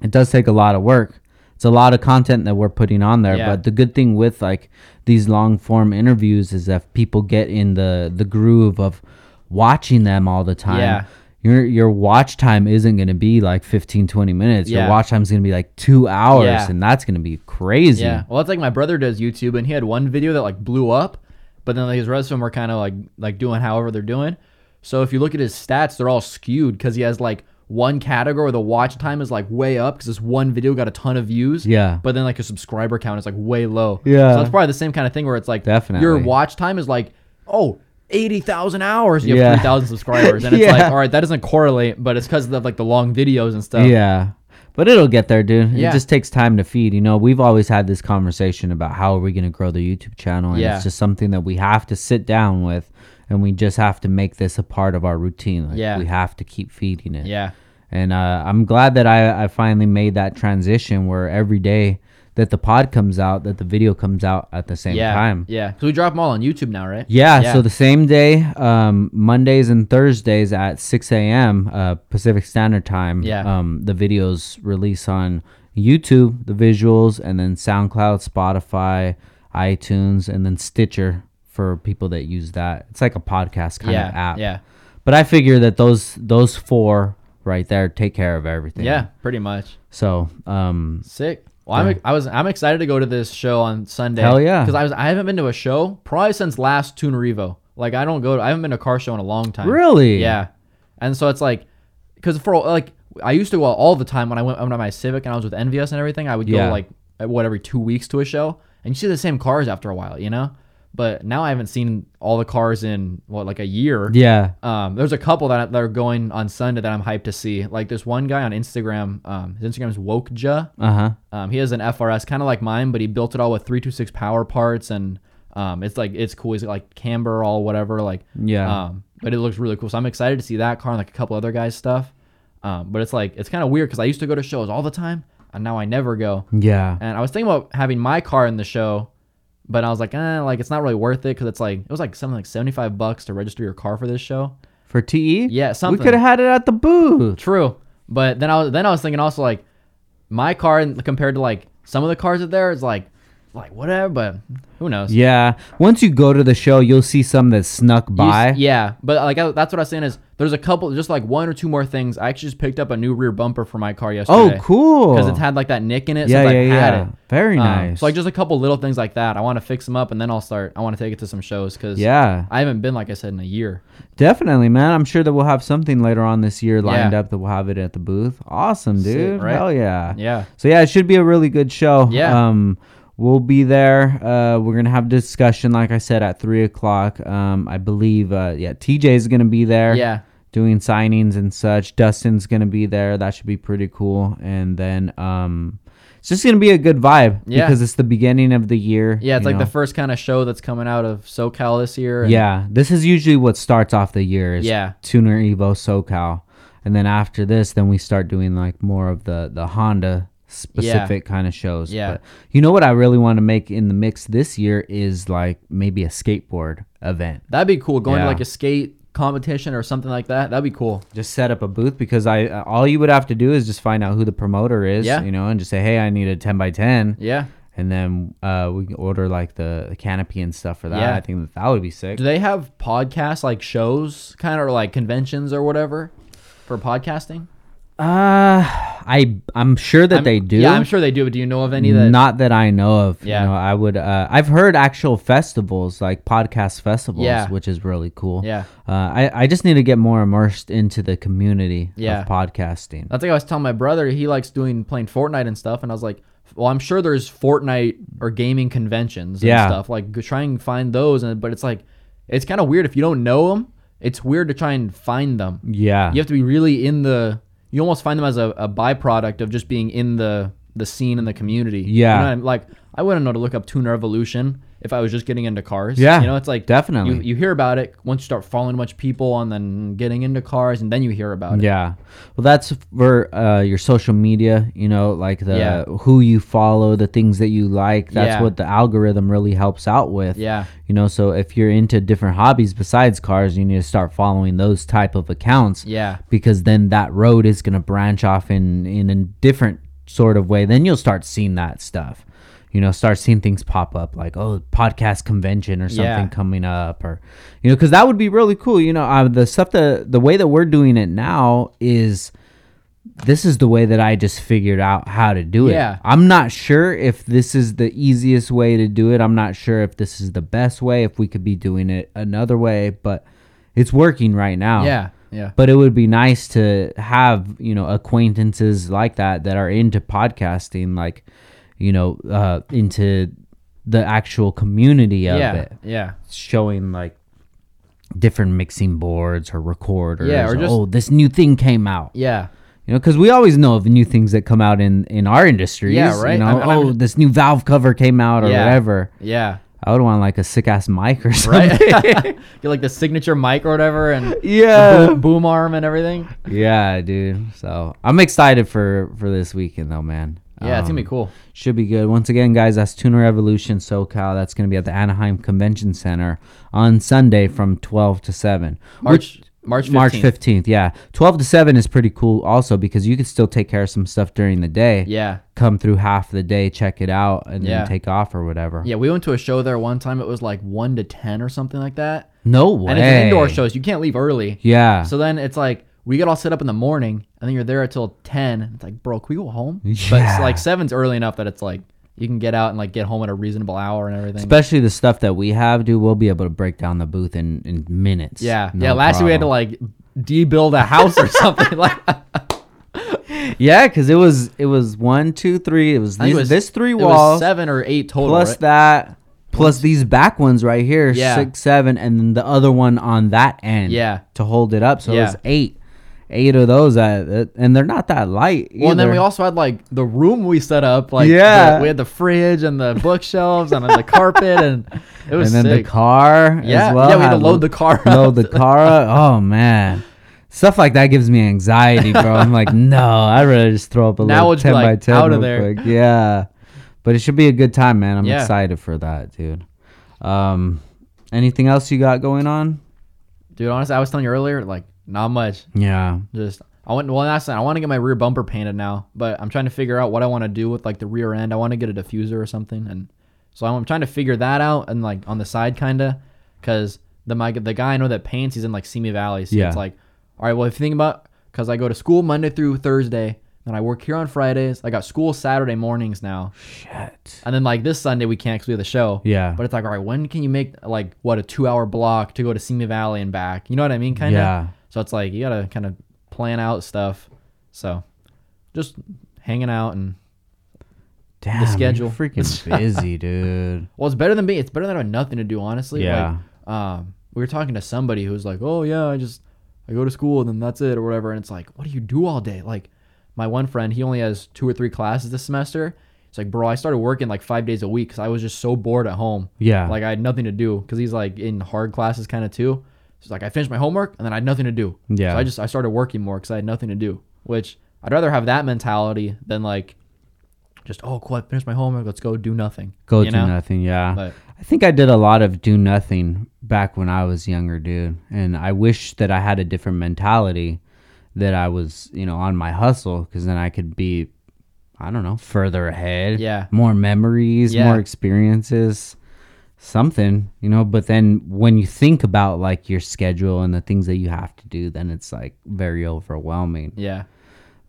S1: it does take a lot of work. It's a lot of content that we're putting on there.
S2: Yeah.
S1: But the good thing with like these long form interviews is that people get in the the groove of watching them all the time.
S2: Yeah.
S1: Your, your watch time isn't going to be like 15 20 minutes
S2: Yeah.
S1: your watch time is going to be like two hours
S2: Yeah.
S1: and that's going to be crazy
S2: Yeah. Well, it's like my brother does YouTube, and he had one video that like blew up, but then like, his rest of them were kind of like like doing however they're doing. So if you look at his stats, they're all skewed because he has like one category where the watch time is like way up because this one video got a ton of views.
S1: Yeah.
S2: But then like his subscriber count is like way low.
S1: Yeah.
S2: So that's probably the same kind of thing where it's like your
S1: Definitely.
S2: watch time is like oh. 80,000 hours, you have
S1: Yeah.
S2: 3,000 subscribers. And it's
S1: Yeah.
S2: like, all right, that doesn't correlate, but it's because of like the long videos and stuff.
S1: Yeah. But it'll get there, dude.
S2: Yeah.
S1: It just takes time to feed. You know, we've always had this conversation about how are we going to grow the YouTube channel. And
S2: Yeah.
S1: it's just something that we have to sit down with and we just have to make this a part of our routine. Like,
S2: Yeah.
S1: We have to keep feeding it.
S2: Yeah.
S1: And uh, I'm glad that I, I finally made that transition where every day that the pod comes out, that the video comes out at the same
S2: Yeah.
S1: time.
S2: Yeah. So we drop them all on YouTube now, right?
S1: Yeah,
S2: Yeah.
S1: so the same day, um, Mondays and Thursdays at 6 a.m. Uh, Pacific Standard Time.
S2: Yeah.
S1: Um, the videos release on YouTube, the visuals, and then SoundCloud, Spotify, iTunes, and then Stitcher for people that use that. It's like a podcast kind
S2: yeah.
S1: of app.
S2: Yeah.
S1: But I figure that those those four right there take care of everything.
S2: Yeah, pretty much.
S1: So um,
S2: Sick. Well, I'm, I was I'm excited to go to this show on Sunday.
S1: Hell yeah.
S2: Because I was I haven't been to a show probably since last Tune Revo. Like I don't go. To, I haven't been to a car show in a long time.
S1: Really?
S2: Yeah. And so it's like, because for like I used to go out all the time when I went when I my Civic and I was with Envious and everything. I would go
S1: Yeah.
S2: like what every two weeks to a show, and you see the same cars after a while, you know. But now I haven't seen all the cars in what like a year.
S1: yeah.
S2: Um, there's a couple that, that are going on Sunday that I'm hyped to see. Like this one guy on Instagram, um, his Instagram is Wokeja.
S1: Uh huh.
S2: Um, he has an FRS kind of like mine, but he built it all with 326 power parts, and um, it's like it's cool. He's got, like camber all whatever, like
S1: Yeah.
S2: Um, but it looks really cool, so I'm excited to see that car and like a couple other guys' stuff. Um, but it's like it's kind of weird because I used to go to shows all the time, and now I never go.
S1: Yeah.
S2: And I was thinking about having my car in the show, but I was like, eh, like it's not really worth it because it's like it was like something like 75 bucks to register your car for this show.
S1: For TE?
S2: Yeah, something.
S1: We could have had it at the booth.
S2: True, but then I was then I was thinking also like my car and compared to like some of the cars out there is like like whatever, but who knows?
S1: Yeah. Once you go to the show, you'll see some that snuck
S2: You s-
S1: by.
S2: yeah, but like I, that's what I was saying is there's a couple, just like one or two more things. I actually just picked up a new rear bumper for my car
S1: oh,
S2: yesterday.
S1: cool.
S2: Because it's had like that nick in it.
S1: Yeah,
S2: so
S1: yeah,
S2: I've had
S1: yeah.
S2: It.
S1: Very
S2: Um,
S1: nice.
S2: So like just a couple little things like that. I want to fix them up, and then I'll start. I want to take it to some shows because
S1: yeah,
S2: I haven't been like I said in a year.
S1: definitely, man. I'm sure that we'll have something later on this year lined
S2: Yeah.
S1: up that we'll have it at the booth. Awesome,
S2: Sick,
S1: dude.
S2: right?
S1: Hell yeah.
S2: Yeah.
S1: So yeah, it should be a really good show.
S2: Yeah.
S1: Um, we'll be there. Uh, we're gonna have discussion, like I said, at three o'clock. Um, I believe. Uh, yeah, TJ's gonna be there.
S2: Yeah.
S1: Doing signings and such. Dustin's gonna be there. That should be pretty cool. And then um, it's just gonna be a good vibe.
S2: Yeah.
S1: Because it's the beginning of the year.
S2: Yeah, it's
S1: you
S2: like
S1: know?
S2: the first kind of show that's coming out of SoCal this year. and-
S1: Yeah, this is usually what starts off the year. Is
S2: Yeah.
S1: Tuner Evo SoCal, and then after this, then we start doing like more of the the Honda specific kind of shows.
S2: Yeah.
S1: you know what I really want to make in the mix this year is like maybe a skateboard event.
S2: That'd be cool. Going
S1: Yeah.
S2: to like a skate competition or something like that. That'd be cool.
S1: Just set up a booth because I all you would have to do is just find out who the promoter is.
S2: Yeah.
S1: you know, and just say, hey, I need a ten by ten.
S2: Yeah.
S1: And then uh, we can order like the, the canopy and stuff for that.
S2: Yeah.
S1: I think that, that would be sick. Uh,
S2: Do they have podcasts like shows kind of or like conventions or whatever for podcasting?
S1: Uh, I I'm sure that
S2: I'm-
S1: they do.
S2: Yeah, I'm sure they do. But do you know of any that?
S1: Not that I know of.
S2: Yeah.
S1: You know, I would. Uh, I've heard actual festivals like podcast festivals,
S2: Yeah.
S1: which is really cool.
S2: Yeah.
S1: Uh, I I just need to get more immersed into the community
S2: Yeah.
S1: of podcasting.
S2: That's like I was telling my brother. He likes doing playing Fortnite and stuff, and I was like, "Well, I'm sure there's Fortnite or gaming conventions and
S1: Yeah.
S2: stuff. Like, go try and find those." And but it's like, it's kind of weird if you don't know them. It's weird to try and find them.
S1: yeah.
S2: You have to be really in the. You almost find them as a, a byproduct of just being in the the scene and the community. You
S1: Yeah.
S2: know what I mean? like I wouldn't know to look up Tuner Evolution if I was just getting into cars.
S1: Yeah,
S2: you know, it's like
S1: definitely.
S2: you, you hear about it once you start following a bunch of people and then getting into cars, and then you hear about it.
S1: Yeah. Well, that's for uh, your social media, you know, like the
S2: Yeah.
S1: who you follow, the things that you like. That's
S2: Yeah.
S1: what the algorithm really helps out with.
S2: Yeah.
S1: You know, so if you're into different hobbies besides cars, you need to start following those type of accounts.
S2: Yeah.
S1: Because then that road is going to branch off in in a different sort of way. Then you'll start seeing that stuff. You know, start seeing things pop up like, oh, podcast convention or something
S2: Yeah.
S1: coming up or you know because that would be really cool you know uh, the stuff that the way that we're doing it now is this is the way that i just figured out how to do it
S2: Yeah.
S1: i'm not sure if this is the easiest way to do it i'm not sure if this is the best way if we could be doing it another way but it's working right now
S2: Yeah. Yeah.
S1: but it would be nice to have you know acquaintances like that that are into podcasting like you know uh into the actual community of
S2: yeah.
S1: it
S2: Yeah.
S1: showing like different mixing boards or recorders.
S2: Yeah, or just-
S1: oh, this new thing came out.
S2: Yeah.
S1: You know, because we always know of new things that come out in in our industry.
S2: Yeah, right.
S1: You know,
S2: I'm- and I'm-
S1: oh, this new valve cover came out or
S2: Yeah.
S1: whatever.
S2: Yeah.
S1: I would want like a sick ass mic or something.
S2: Right? Get like the signature mic or whatever and
S1: Yeah.
S2: boom, boom arm and everything.
S1: yeah, dude. So I'm excited for for this weekend though, man.
S2: Yeah, it's gonna
S1: Um,
S2: be cool.
S1: Should be good. Once again, guys, that's Tuner Evolution SoCal. That's going to be at the Anaheim Convention Center on Sunday from 12 to 7.
S2: March March 15th.
S1: March 15th, yeah. 12 to 7 is pretty cool also because you can still take care of some stuff during the day.
S2: Yeah.
S1: Come through half the day, check it out, and
S2: Yeah.
S1: then take off or whatever.
S2: Yeah, we went to a show there one time. It was like one to ten or something like that.
S1: No way.
S2: And it's an indoor show, so you can't leave early.
S1: Yeah.
S2: So then it's like we get all set up in the morning, and then you're there until ten. It's like, bro, can we go home? But
S1: Yeah.
S2: it's like seven's early enough that it's like you can get out and like get home at a reasonable hour and everything.
S1: Especially the stuff that we have, dude, we'll be able to break down the booth in, in minutes.
S2: yeah,
S1: No
S2: yeah. Last year we had to
S1: problem.
S2: like de-build a house or something like.
S1: Yeah, because it was it was one, two, three. It was,
S2: I think
S1: these,
S2: it was-
S1: this three
S2: it was
S1: walls
S2: seven or eight total.
S1: plus
S2: right?
S1: that plus these back ones right here,
S2: Yeah.
S1: six, seven, and then the other one on that end.
S2: Yeah.
S1: to hold it up. So
S2: Yeah.
S1: it's eight, eight of those. At, uh, and they're not that light.
S2: Well, and then
S1: either.
S2: we also had like the room we set up. Like,
S1: Yeah.
S2: the- we had the fridge and the bookshelves and the carpet, and it was
S1: and then
S2: sick.
S1: the car
S2: Yeah,
S1: as well.
S2: yeah, we had to
S1: had
S2: load the car up.
S1: Load the car up. Oh man. Stuff like that gives me anxiety, bro. I'm like, no, I'd rather just throw up a
S2: Now
S1: little
S2: it's be
S1: ten by
S2: like,
S1: ten
S2: outta
S1: real
S2: there.
S1: quick. Yeah, but it should be a good time, man. I'm
S2: Yeah.
S1: excited for that, dude. Um, anything else you got going on?
S2: Dude, honestly, I was telling you earlier, like, not much.
S1: Yeah,
S2: Just I went well. Last night, I want to get my rear bumper painted now, but I'm trying to figure out what I want to do with like the rear end. I want to get a diffuser or something, and So I'm trying to figure that out and like on the side kinda, because the my the guy I know that paints he's in like Simi Valley. So
S1: Yeah.
S2: it's like, all right, well if you think about because I go to school Monday through Thursday, then I work here on Fridays. I got school Saturday mornings now,
S1: Shit.
S2: and then like this Sunday we can't because we have the show.
S1: Yeah.
S2: But it's like, all right, when can you make like what a two hour block to go to Simi Valley and back? You know what I mean? Kind of.
S1: Yeah.
S2: So it's like you gotta kind of plan out stuff. So just hanging out and
S1: Damn,
S2: schedule.
S1: You're freaking busy, dude.
S2: well, it's better than being. It's better than having nothing to do, honestly.
S1: Yeah.
S2: Like, um, we were talking to somebody who's like, oh yeah, I just I go to school and then that's it or whatever. And it's like, what do you do all day? Like, my one friend, he only has two or three classes this semester. It's like, bro, I started working like five days a week because I was just so bored at home.
S1: Yeah.
S2: Like I had nothing to do because he's like in hard classes kind of too. So it's like I finished my homework and then I had nothing to do.
S1: Yeah.
S2: So I just I started working more because I had nothing to do, which I'd rather have that mentality than like just oh cool I finished my homework let's go do nothing
S1: Go
S2: you
S1: do
S2: know?
S1: nothing. Yeah.
S2: But-
S1: I think I did a lot of do nothing back when I was younger, dude. And I wish that I had a different mentality that I was, you know, on my hustle because then I could be, I don't know, further ahead.
S2: Yeah.
S1: More memories,
S2: Yeah.
S1: more experiences, something, you know. But then when you think about like your schedule and the things that you have to do, then it's like very overwhelming
S2: yeah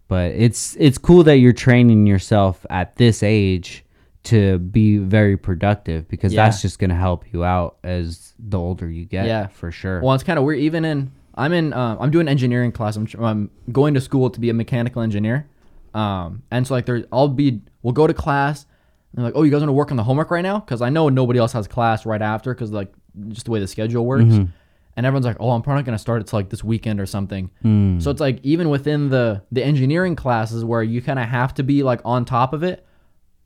S1: but it's it's cool that you're training yourself at this age to be very productive because
S2: Yeah.
S1: that's just going to help you out as the older you get
S2: Yeah.
S1: for sure
S2: well it's kind of weird even in I'm in uh, I'm doing engineering class I'm, tr- I'm going to school to be a mechanical engineer um and so like there I'll be we'll go to class and they're like oh you guys want to work on the homework right now because I know nobody else has class right after because like just the way the schedule works and everyone's like oh I'm probably not gonna start it till like this weekend or something so it's like even within the the engineering classes where you kind of have to be like on top of it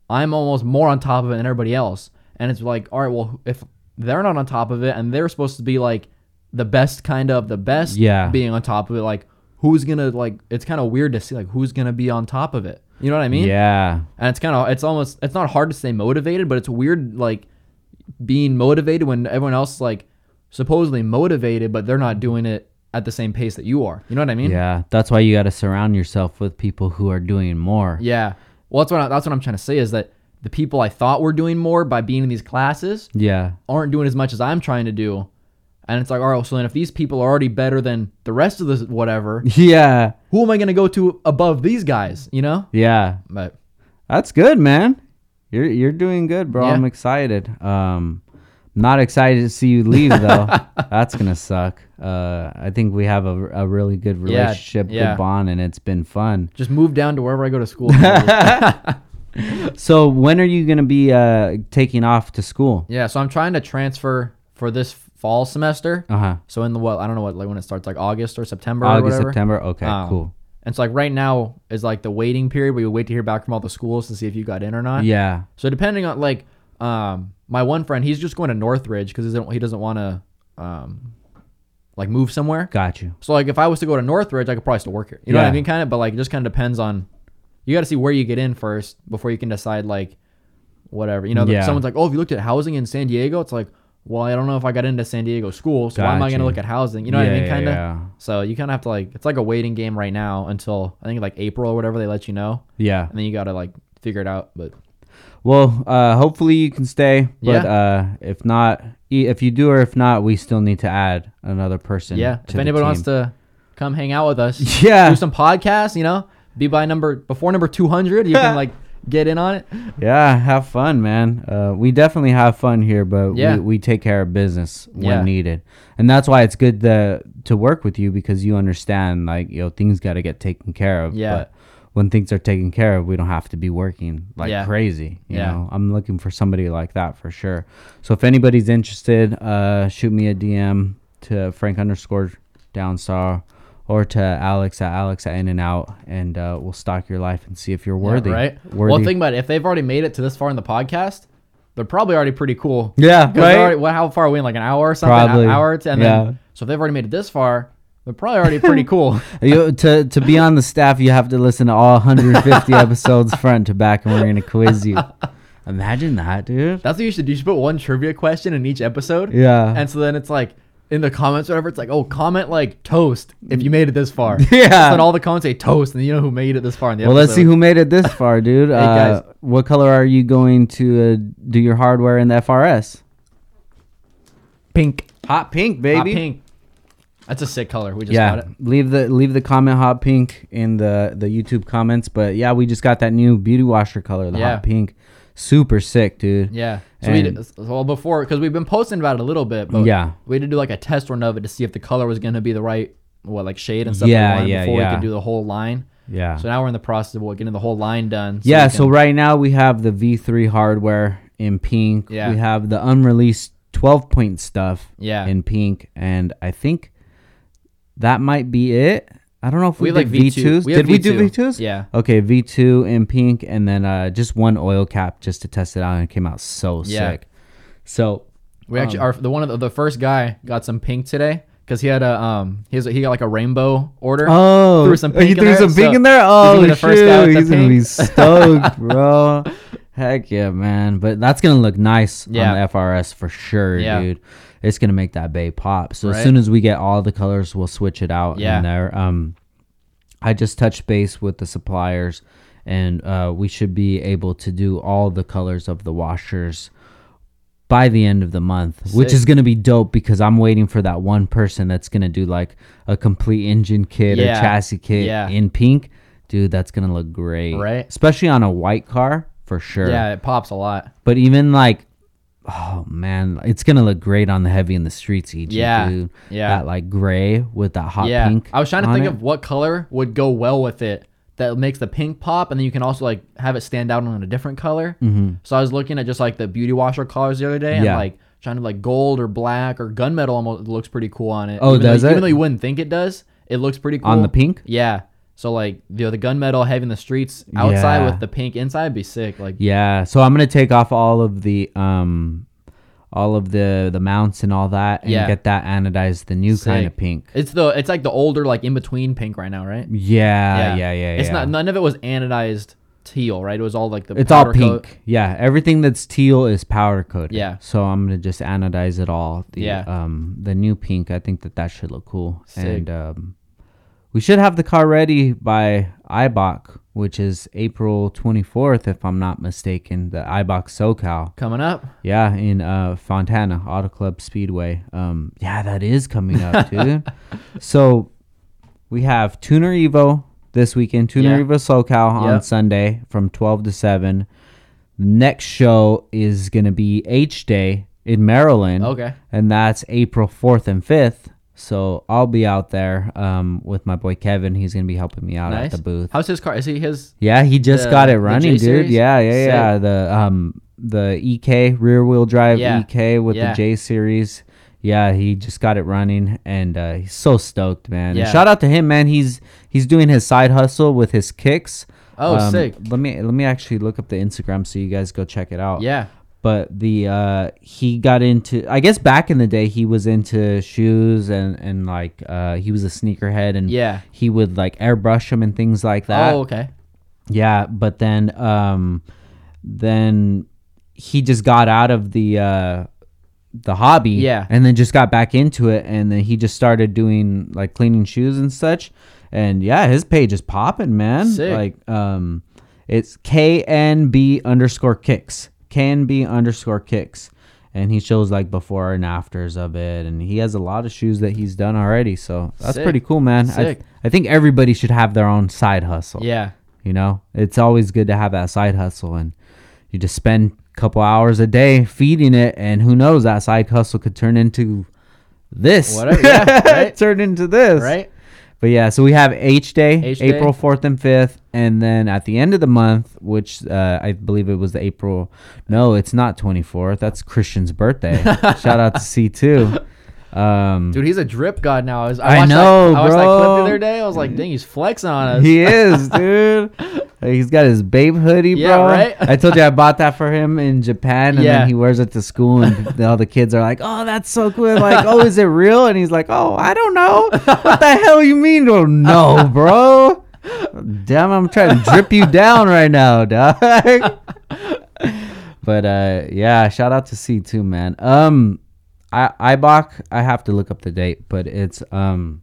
S2: I'm almost more on top of it than everybody else. And it's like, all right, well, if they're not on top of it and they're supposed to be like the best kind of the best
S1: Yeah.
S2: being on top of it, like who's gonna like it's kinda weird to see like who's gonna be on top of it. You know what I mean?
S1: yeah
S2: And it's kinda it's almost it's not hard to stay motivated, but it's weird like being motivated when everyone else is like supposedly motivated, but they're not doing it at the same pace that you are. You know what I mean?
S1: yeah that's why you got to surround yourself with people who are doing more
S2: Yeah. Well that's what I, that's what I'm trying to say is that the people I thought were doing more by being in these classes
S1: yeah
S2: aren't doing as much as I'm trying to do. And it's like, all right, so then if these people are already better than the rest of the whatever,
S1: yeah
S2: who am I going to go to above these guys, you know?
S1: yeah
S2: But
S1: That's good, man. You're you're doing good, bro.
S2: Yeah.
S1: I'm excited. Um not excited to see you leave though. That's gonna suck. Uh, I think we have a, a really good
S2: Yeah,
S1: relationship,
S2: yeah.
S1: good bond, and it's been fun.
S2: just move down to wherever I go to school.
S1: So when are you gonna be uh, taking off to school?
S2: yeah, so I'm trying to transfer for this fall semester.
S1: Uh huh.
S2: So in the what I don't know what like when it starts like August or September or
S1: August,
S2: whatever.
S1: September. Okay,
S2: Um,
S1: cool.
S2: And so like right now is like the waiting period where you wait to hear back from all the schools to see if you got in or not.
S1: Yeah.
S2: So depending on like um my one friend, he's just going to Northridge because he doesn't he doesn't want to um like move somewhere.
S1: Got you.
S2: So like if I was to go to Northridge, I could probably still work here. You know what I
S1: Yeah.
S2: mean? Kind of, but like it just kind of depends on. You got to see where you get in first before you can decide like whatever. You know, like,
S1: Yeah.
S2: someone's like, oh, if you looked at housing in San Diego, it's like, well, I don't know if I got into San Diego school, so why am I going to
S1: Gotcha.
S2: look at housing? You know what I
S1: Yeah,
S2: mean?
S1: yeah,
S2: Kind of.
S1: yeah.
S2: So you kind of have to like it's like a waiting game right now until I think like April or whatever they let you know,
S1: Yeah.
S2: and then you got to like figure it out. But
S1: Well, uh, hopefully you can stay, but
S2: Yeah.
S1: uh, if not, e- if you do or if not, we still need to add another person.
S2: yeah,
S1: to
S2: if
S1: the
S2: anybody wants
S1: team.
S2: to come hang out with us,
S1: Yeah.
S2: do some podcasts. You know, be by number before number two hundred, you can like get in on it.
S1: Yeah, have fun, man. Uh, we definitely have fun here, but
S2: Yeah.
S1: we, we take care of business when
S2: Yeah.
S1: needed, and that's why it's good to to work with you because you understand like you know things got to get taken care of.
S2: Yeah.
S1: But when things are taken care of, we don't have to be working like
S2: Yeah.
S1: crazy. You
S2: Yeah.
S1: know, I'm looking for somebody like that for sure. So if anybody's interested, uh, shoot me a DM to Frank underscore downstar. Or to Alex at Alex at In and Out, and uh, we'll stock your life and see if you're worthy.
S2: Yeah, right?
S1: Worthy.
S2: Well, think about it. If they've already made it to this far in the podcast, they're probably already pretty cool.
S1: Yeah,
S2: 'Cause they're already- what, how far are we in? Like an hour or something?
S1: Probably.
S2: An hour? To, and
S1: Yeah.
S2: then, so if they've already made it this far, they're probably already pretty cool.
S1: You, to to be on the staff, you have to listen to all 150 episodes front to back, and we're gonna quiz you. Imagine that, dude.
S2: That's what you should do. You should put one trivia question in each episode.
S1: Yeah.
S2: And so then it's like, in the comments, or whatever, it's like, oh, comment like toast if you made it this far.
S1: Yeah.
S2: Just let all the comments say toast, and you know who made it this far in the
S1: Well,
S2: episode.
S1: let's see who made it this far, dude.
S2: guys.
S1: Uh, what color are you going to uh, do your hardware in the FRS?
S2: pink.
S1: Hot pink,
S2: Hot Ah, pink. That's a sick color. We just
S1: Yeah,
S2: got it.
S1: leave the leave the comment hot pink in the the YouTube comments. But yeah, we just got that new beauty washer color, the
S2: Yeah.
S1: hot pink. Super sick, dude.
S2: Yeah. So we
S1: And-
S2: did, well before because we've been posting about it a little bit, but
S1: Yeah.
S2: we had to do like a test run of it to see if the color was gonna be the right what like shade and stuff.
S1: Yeah,
S2: Yeah, wanted
S1: yeah,
S2: Before
S1: yeah.
S2: we could do the whole line.
S1: Yeah.
S2: So now we're in the process of what, getting the whole line done.
S1: yeah,
S2: we
S1: so
S2: can-
S1: right now we have the V3 hardware in pink.
S2: Yeah.
S1: We have the unreleased 12 point stuff
S2: Yeah.
S1: in pink. And I think that might be it. I don't know if we,
S2: we, like
S1: did
S2: V
S1: V2s.
S2: two.
S1: Did we do V2s?
S2: Yeah.
S1: Okay, V2 in pink. And then uh, just one oil cap just to test it out. And it came out so
S2: Yeah.
S1: sick. So,
S2: We actually
S1: Um,
S2: are the one of the, the first guy got some pink today because he had a um he, has, he got like a rainbow order.
S1: oh,
S2: threw some
S1: oh, you
S2: pink
S1: threw
S2: in there,
S1: some pink
S2: so
S1: in there.
S2: he's
S1: Oh,
S2: gonna be
S1: shoot,
S2: the first guy with the
S1: he's gonna be
S2: pink.
S1: stoked, bro. Heck yeah, man! But that's gonna look nice
S2: Yeah.
S1: on the FRS for sure,
S2: Yeah.
S1: dude. It's gonna make that bay pop. So as
S2: Right.
S1: soon as we get all the colors, we'll switch it out
S2: Yeah.
S1: in there. Um, I just touched base with the suppliers, and uh, we should be able to do all the colors of the washers by the end of the month, which
S2: Sick.
S1: is gonna be dope because I'm waiting for that one person that's gonna do like a complete engine kit or
S2: Yeah.
S1: chassis kit
S2: Yeah.
S1: in pink. Dude, that's gonna look great,
S2: Right.
S1: Especially on a white car for sure.
S2: Yeah, it pops a lot.
S1: But even like, oh man, it's gonna look great on the heavy in the streets, EG.
S2: Yeah.
S1: dude.
S2: Yeah.
S1: That like gray with that hot
S2: yeah.
S1: pink.
S2: I was trying to
S1: on
S2: think
S1: it.
S2: of what color would go well with it that makes the pink pop, and then you can also like have it stand out on a different color. Mm-hmm. So I was looking at just like the beauty washer colors the other day, and
S1: Yeah.
S2: like trying to like gold or black or gunmetal almost looks pretty cool on it.
S1: Oh,
S2: Even though-
S1: does it?
S2: Even though you wouldn't think it does, it looks pretty cool
S1: On the pink?
S2: Yeah. So like you know, the gunmetal heavy in the streets outside
S1: Yeah.
S2: with the pink inside would be sick. Like
S1: Yeah, so I'm gonna take off all of the um, all of the the mounts and all that, and
S2: Yeah.
S1: get that anodized the new kind of
S2: Sick.
S1: pink.
S2: It's the it's like the older like in between pink right now, right?
S1: Yeah, yeah, Ah, yeah, yeah.
S2: It's not none of it was anodized teal, right? It was all like the
S1: It's all
S2: powder coat.
S1: pink. Yeah, everything that's teal is powder coated.
S2: Yeah.
S1: So I'm gonna just anodize it all. The,
S2: Yeah.
S1: Um, the new pink. I think that that should look cool.
S2: Sick.
S1: And um, we should have the car ready by IBOC, which is April 24th, if I'm not mistaken. The IBOC SoCal.
S2: coming up.
S1: Yeah, in uh, Fontana Auto Club Speedway. Um, yeah, that is coming up, dude. so we have Tuner Evo this weekend. Tuner
S2: Yeah.
S1: Evo SoCal on
S2: Yep.
S1: Sunday from twelve to seven. Next show is gonna be H Day in Maryland.
S2: Okay.
S1: and that's April fourth and fifth. So I'll be out there um, with my boy Kevin. He's gonna be helping me out
S2: Nice.
S1: at the booth.
S2: How's his car? Is he his?
S1: Yeah, he just
S2: The-
S1: got it
S2: the
S1: running,
S2: J
S1: dude.
S2: series?
S1: Yeah, yeah,
S2: Sick.
S1: yeah. The um the EK rear wheel drive
S2: Yeah.
S1: EK with
S2: Yeah.
S1: the J series. Yeah, he just got it running, and uh, he's so stoked, man. And
S2: Yeah.
S1: shout out to him, man. He's he's doing his side hustle with his kicks. Um,
S2: Oh, sick.
S1: Let me let me actually look up the Instagram so you guys go check it out
S2: Yeah.
S1: but the uh he got into i guess back in the day he was into shoes and and like uh he was a sneakerhead and
S2: Yeah.
S1: he would like airbrush them and things like that
S2: Oh, okay.
S1: yeah but then um then he just got out of the uh the hobby
S2: Yeah.
S1: and then just got back into it and then he just started doing like cleaning shoes and such and yeah his page is popping man
S2: Sick.
S1: like um it's knb underscore kicks knb underscore kicks and he shows like before and afters of it and he has a lot of shoes that he's done already so that's
S2: Sick.
S1: pretty cool man I,
S2: Sick.
S1: I think everybody should have their own side hustle
S2: Yeah.
S1: you know, it's always good to have that side hustle, and you just spend a couple hours a day feeding it, and who knows, that side hustle could turn into this.
S2: Whatever, yeah, right.
S1: turn into this.
S2: Right.
S1: But yeah, so we have H Day,
S2: H Day.
S1: April fourth and fifth, and then at the end of the month, which uh, I believe it was the April. No, it's not twenty fourth. That's Christian's birthday. Shout out to C two. Um,
S2: Dude, he's a drip god now. I, was,
S1: I
S2: watched that-
S1: know,
S2: I watched that clip
S1: bro.
S2: the other day. I was like, dang, he's flexing on us.
S1: He is, dude. He's got his babe hoodie,
S2: Yeah,
S1: bro.
S2: right?
S1: I told you I bought that for him in Japan, and
S2: Yeah.
S1: then he wears it to school, and the- all the kids are like, "Oh, that's so cool!" Like, "Oh, is it real?" And he's like, "Oh, I don't know. What the hell you mean? Oh, no, bro. Damn, I'm trying to drip you down right now, dog." but uh, yeah, shout out to C two, man. Um, I Ibach. I have to look up the date, but it's um,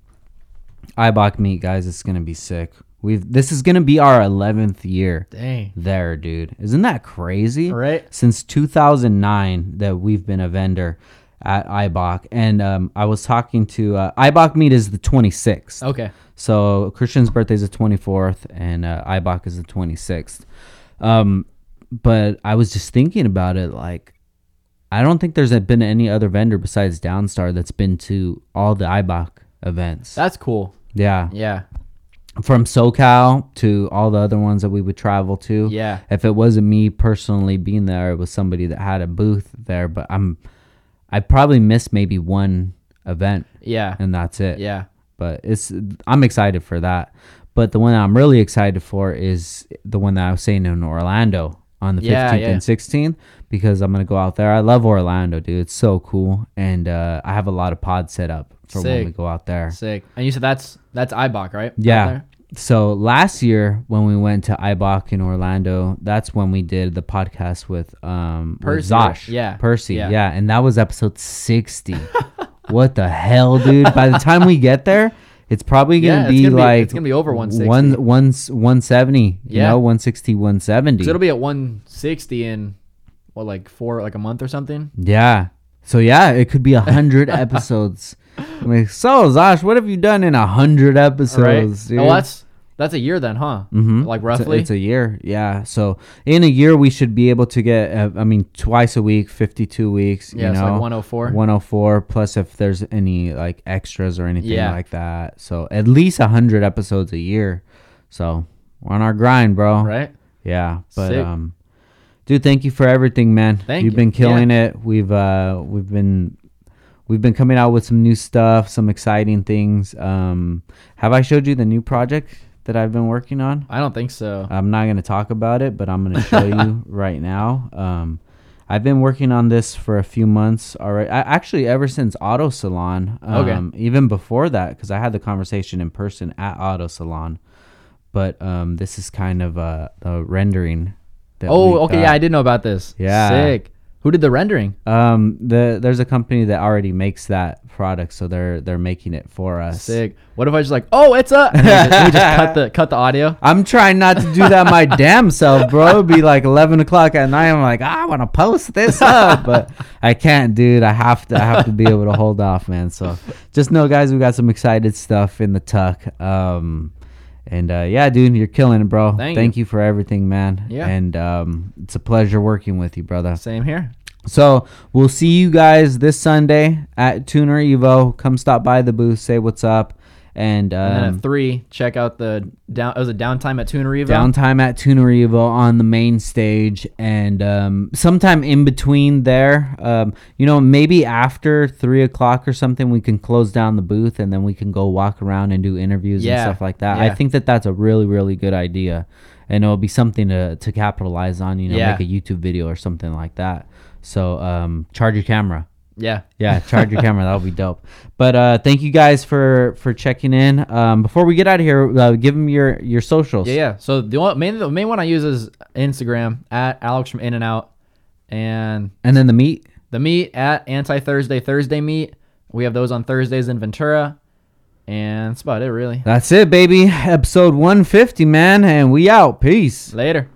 S1: Ibach meet guys. It's gonna be sick. We've this is gonna be our eleventh year
S2: Dang.
S1: there, dude. Isn't that crazy?
S2: Right?
S1: Since 2009 that we've been a vendor at Ibach, and um, I was talking to uh, Ibach meet is the 26th.
S2: Okay.
S1: So Christian's birthday is the 24th, and uh, Ibach is the 26th. Um, but I was just thinking about it, like I don't think there's been any other vendor besides Downstar that's been to all the Ibach events.
S2: That's cool.
S1: yeah,
S2: Yeah.
S1: from SoCal to all the other ones that we would travel to.
S2: Yeah.
S1: If it wasn't me personally being there, it was somebody that had a booth there. But I'm, I probably missed maybe one event,
S2: Yeah.
S1: and that's it
S2: Yeah.
S1: but it's I'm excited for that. But the one I'm really excited for is the one that I was saying in Orlando on the 15th
S2: Yeah, yeah.
S1: and 16th because I'm gonna go out there. I love Orlando, dude. It's so cool, and uh, I have a lot of pods set up for when we
S2: Sick.
S1: go out there.
S2: Sick. And you said that's that's Ibach, right? Out
S1: Yeah.
S2: there?
S1: So last year when we went to Ibach in Orlando, that's when we did the podcast with um with
S2: Percy,
S1: Zosh.
S2: yeah,
S1: Percy.
S2: yeah.
S1: Yeah. And that was episode sixty. what the hell, dude? By the time we get there, it's probably gonna
S2: Yeah, it's
S1: be
S2: gonna be-
S1: like
S2: it's gonna be over 160.
S1: One one one seventy. You
S2: Yeah.
S1: know, one sixty, one seventy.
S2: So it'll be at 160 in what like four like a month or something.
S1: Yeah. So yeah, it could be a hundred episodes. I'm like, so Zosh, what have you done in a hundred episodes? dude?
S2: Oh, that's that's a year then, huh?
S1: Mhm.
S2: Like
S1: It's a-
S2: roughly.
S1: It's a, year. Yeah. So in a year, we should be able to get, uh, I mean, twice a week, 52 weeks.
S2: yeah,
S1: you
S2: it's
S1: know,
S2: like 104.
S1: 104. Plus, if there's any like extras or anything
S2: Yeah.
S1: like that. So at least 100 episodes a year. So we're on our grind, bro.
S2: right?
S1: Yeah. But,
S2: Sick.
S1: um, dude, thank you for everything, man.
S2: Thank
S1: You've
S2: you.
S1: been killing it. We've, uh, we've been. We've been coming out with some new stuff, some exciting things. Um, have I showed you the new project that I've been working on?
S2: I don't think so.
S1: I'm not going to talk about it, but I'm going to show you right now. Um, I've been working on this for a few months already. I, actually, ever since Auto Salon. Um,
S2: Okay.
S1: Even before that, because I had the conversation in person at Auto Salon. But um, this is kind of a, a rendering. That
S2: oh,
S1: we
S2: okay. Yeah,
S1: got.
S2: I did know about this.
S1: Yeah.
S2: Sick. Who did the rendering?
S1: Um, the there's a company that already makes that product, so they're they're making it for us.
S2: Sick. What if I was just like, oh, it's a? And then we just- we just cut the cut the audio.
S1: I'm trying not to do that my damn self, bro. It'd be like 11 o'clock at night. I'm like, "Ah, I want to post this up, but I can't, dude. I have to. I have to be able to hold off, man. So just know, guys, we got some excited stuff in the tuck. Um, and uh, yeah, dude, you're killing it, bro.
S2: Thank
S1: you. for everything, man.
S2: Yeah.
S1: And um, it's a pleasure working with you, brother.
S2: Same here.
S1: So we'll see you guys this Sunday at Tuner Evo. Come stop by the booth, say what's up, and um,
S2: And then at three, check out the down. It was a downtime at Tune Revo.
S1: downtime at Tunarivo on the main stage, and um, sometime in between there, um, you know, maybe after three o'clock or something, we can close down the booth and then we can go walk around and do interviews
S2: Yeah,
S1: and stuff like that.
S2: yeah.
S1: I think that that's a really, really good idea, and it'll be something to, to capitalize on. You know,
S2: Yeah.
S1: make a YouTube video or something like that. So um, charge your camera.
S2: yeah.
S1: Yeah, charge your camera. That'll be dope. But uh, thank you guys for for checking in. Um, before we get out of here, uh, give them your your socials.
S2: Yeah, yeah. So the only, main the main one I use is Instagram at Alex from In and Out, and
S1: And then the meet.
S2: the meet at Anti Thursday Thursday meet. We have those on Thursdays in Ventura, and that's about it really.
S1: That's it, baby. Episode 150, man. And we out. Peace.
S2: Later.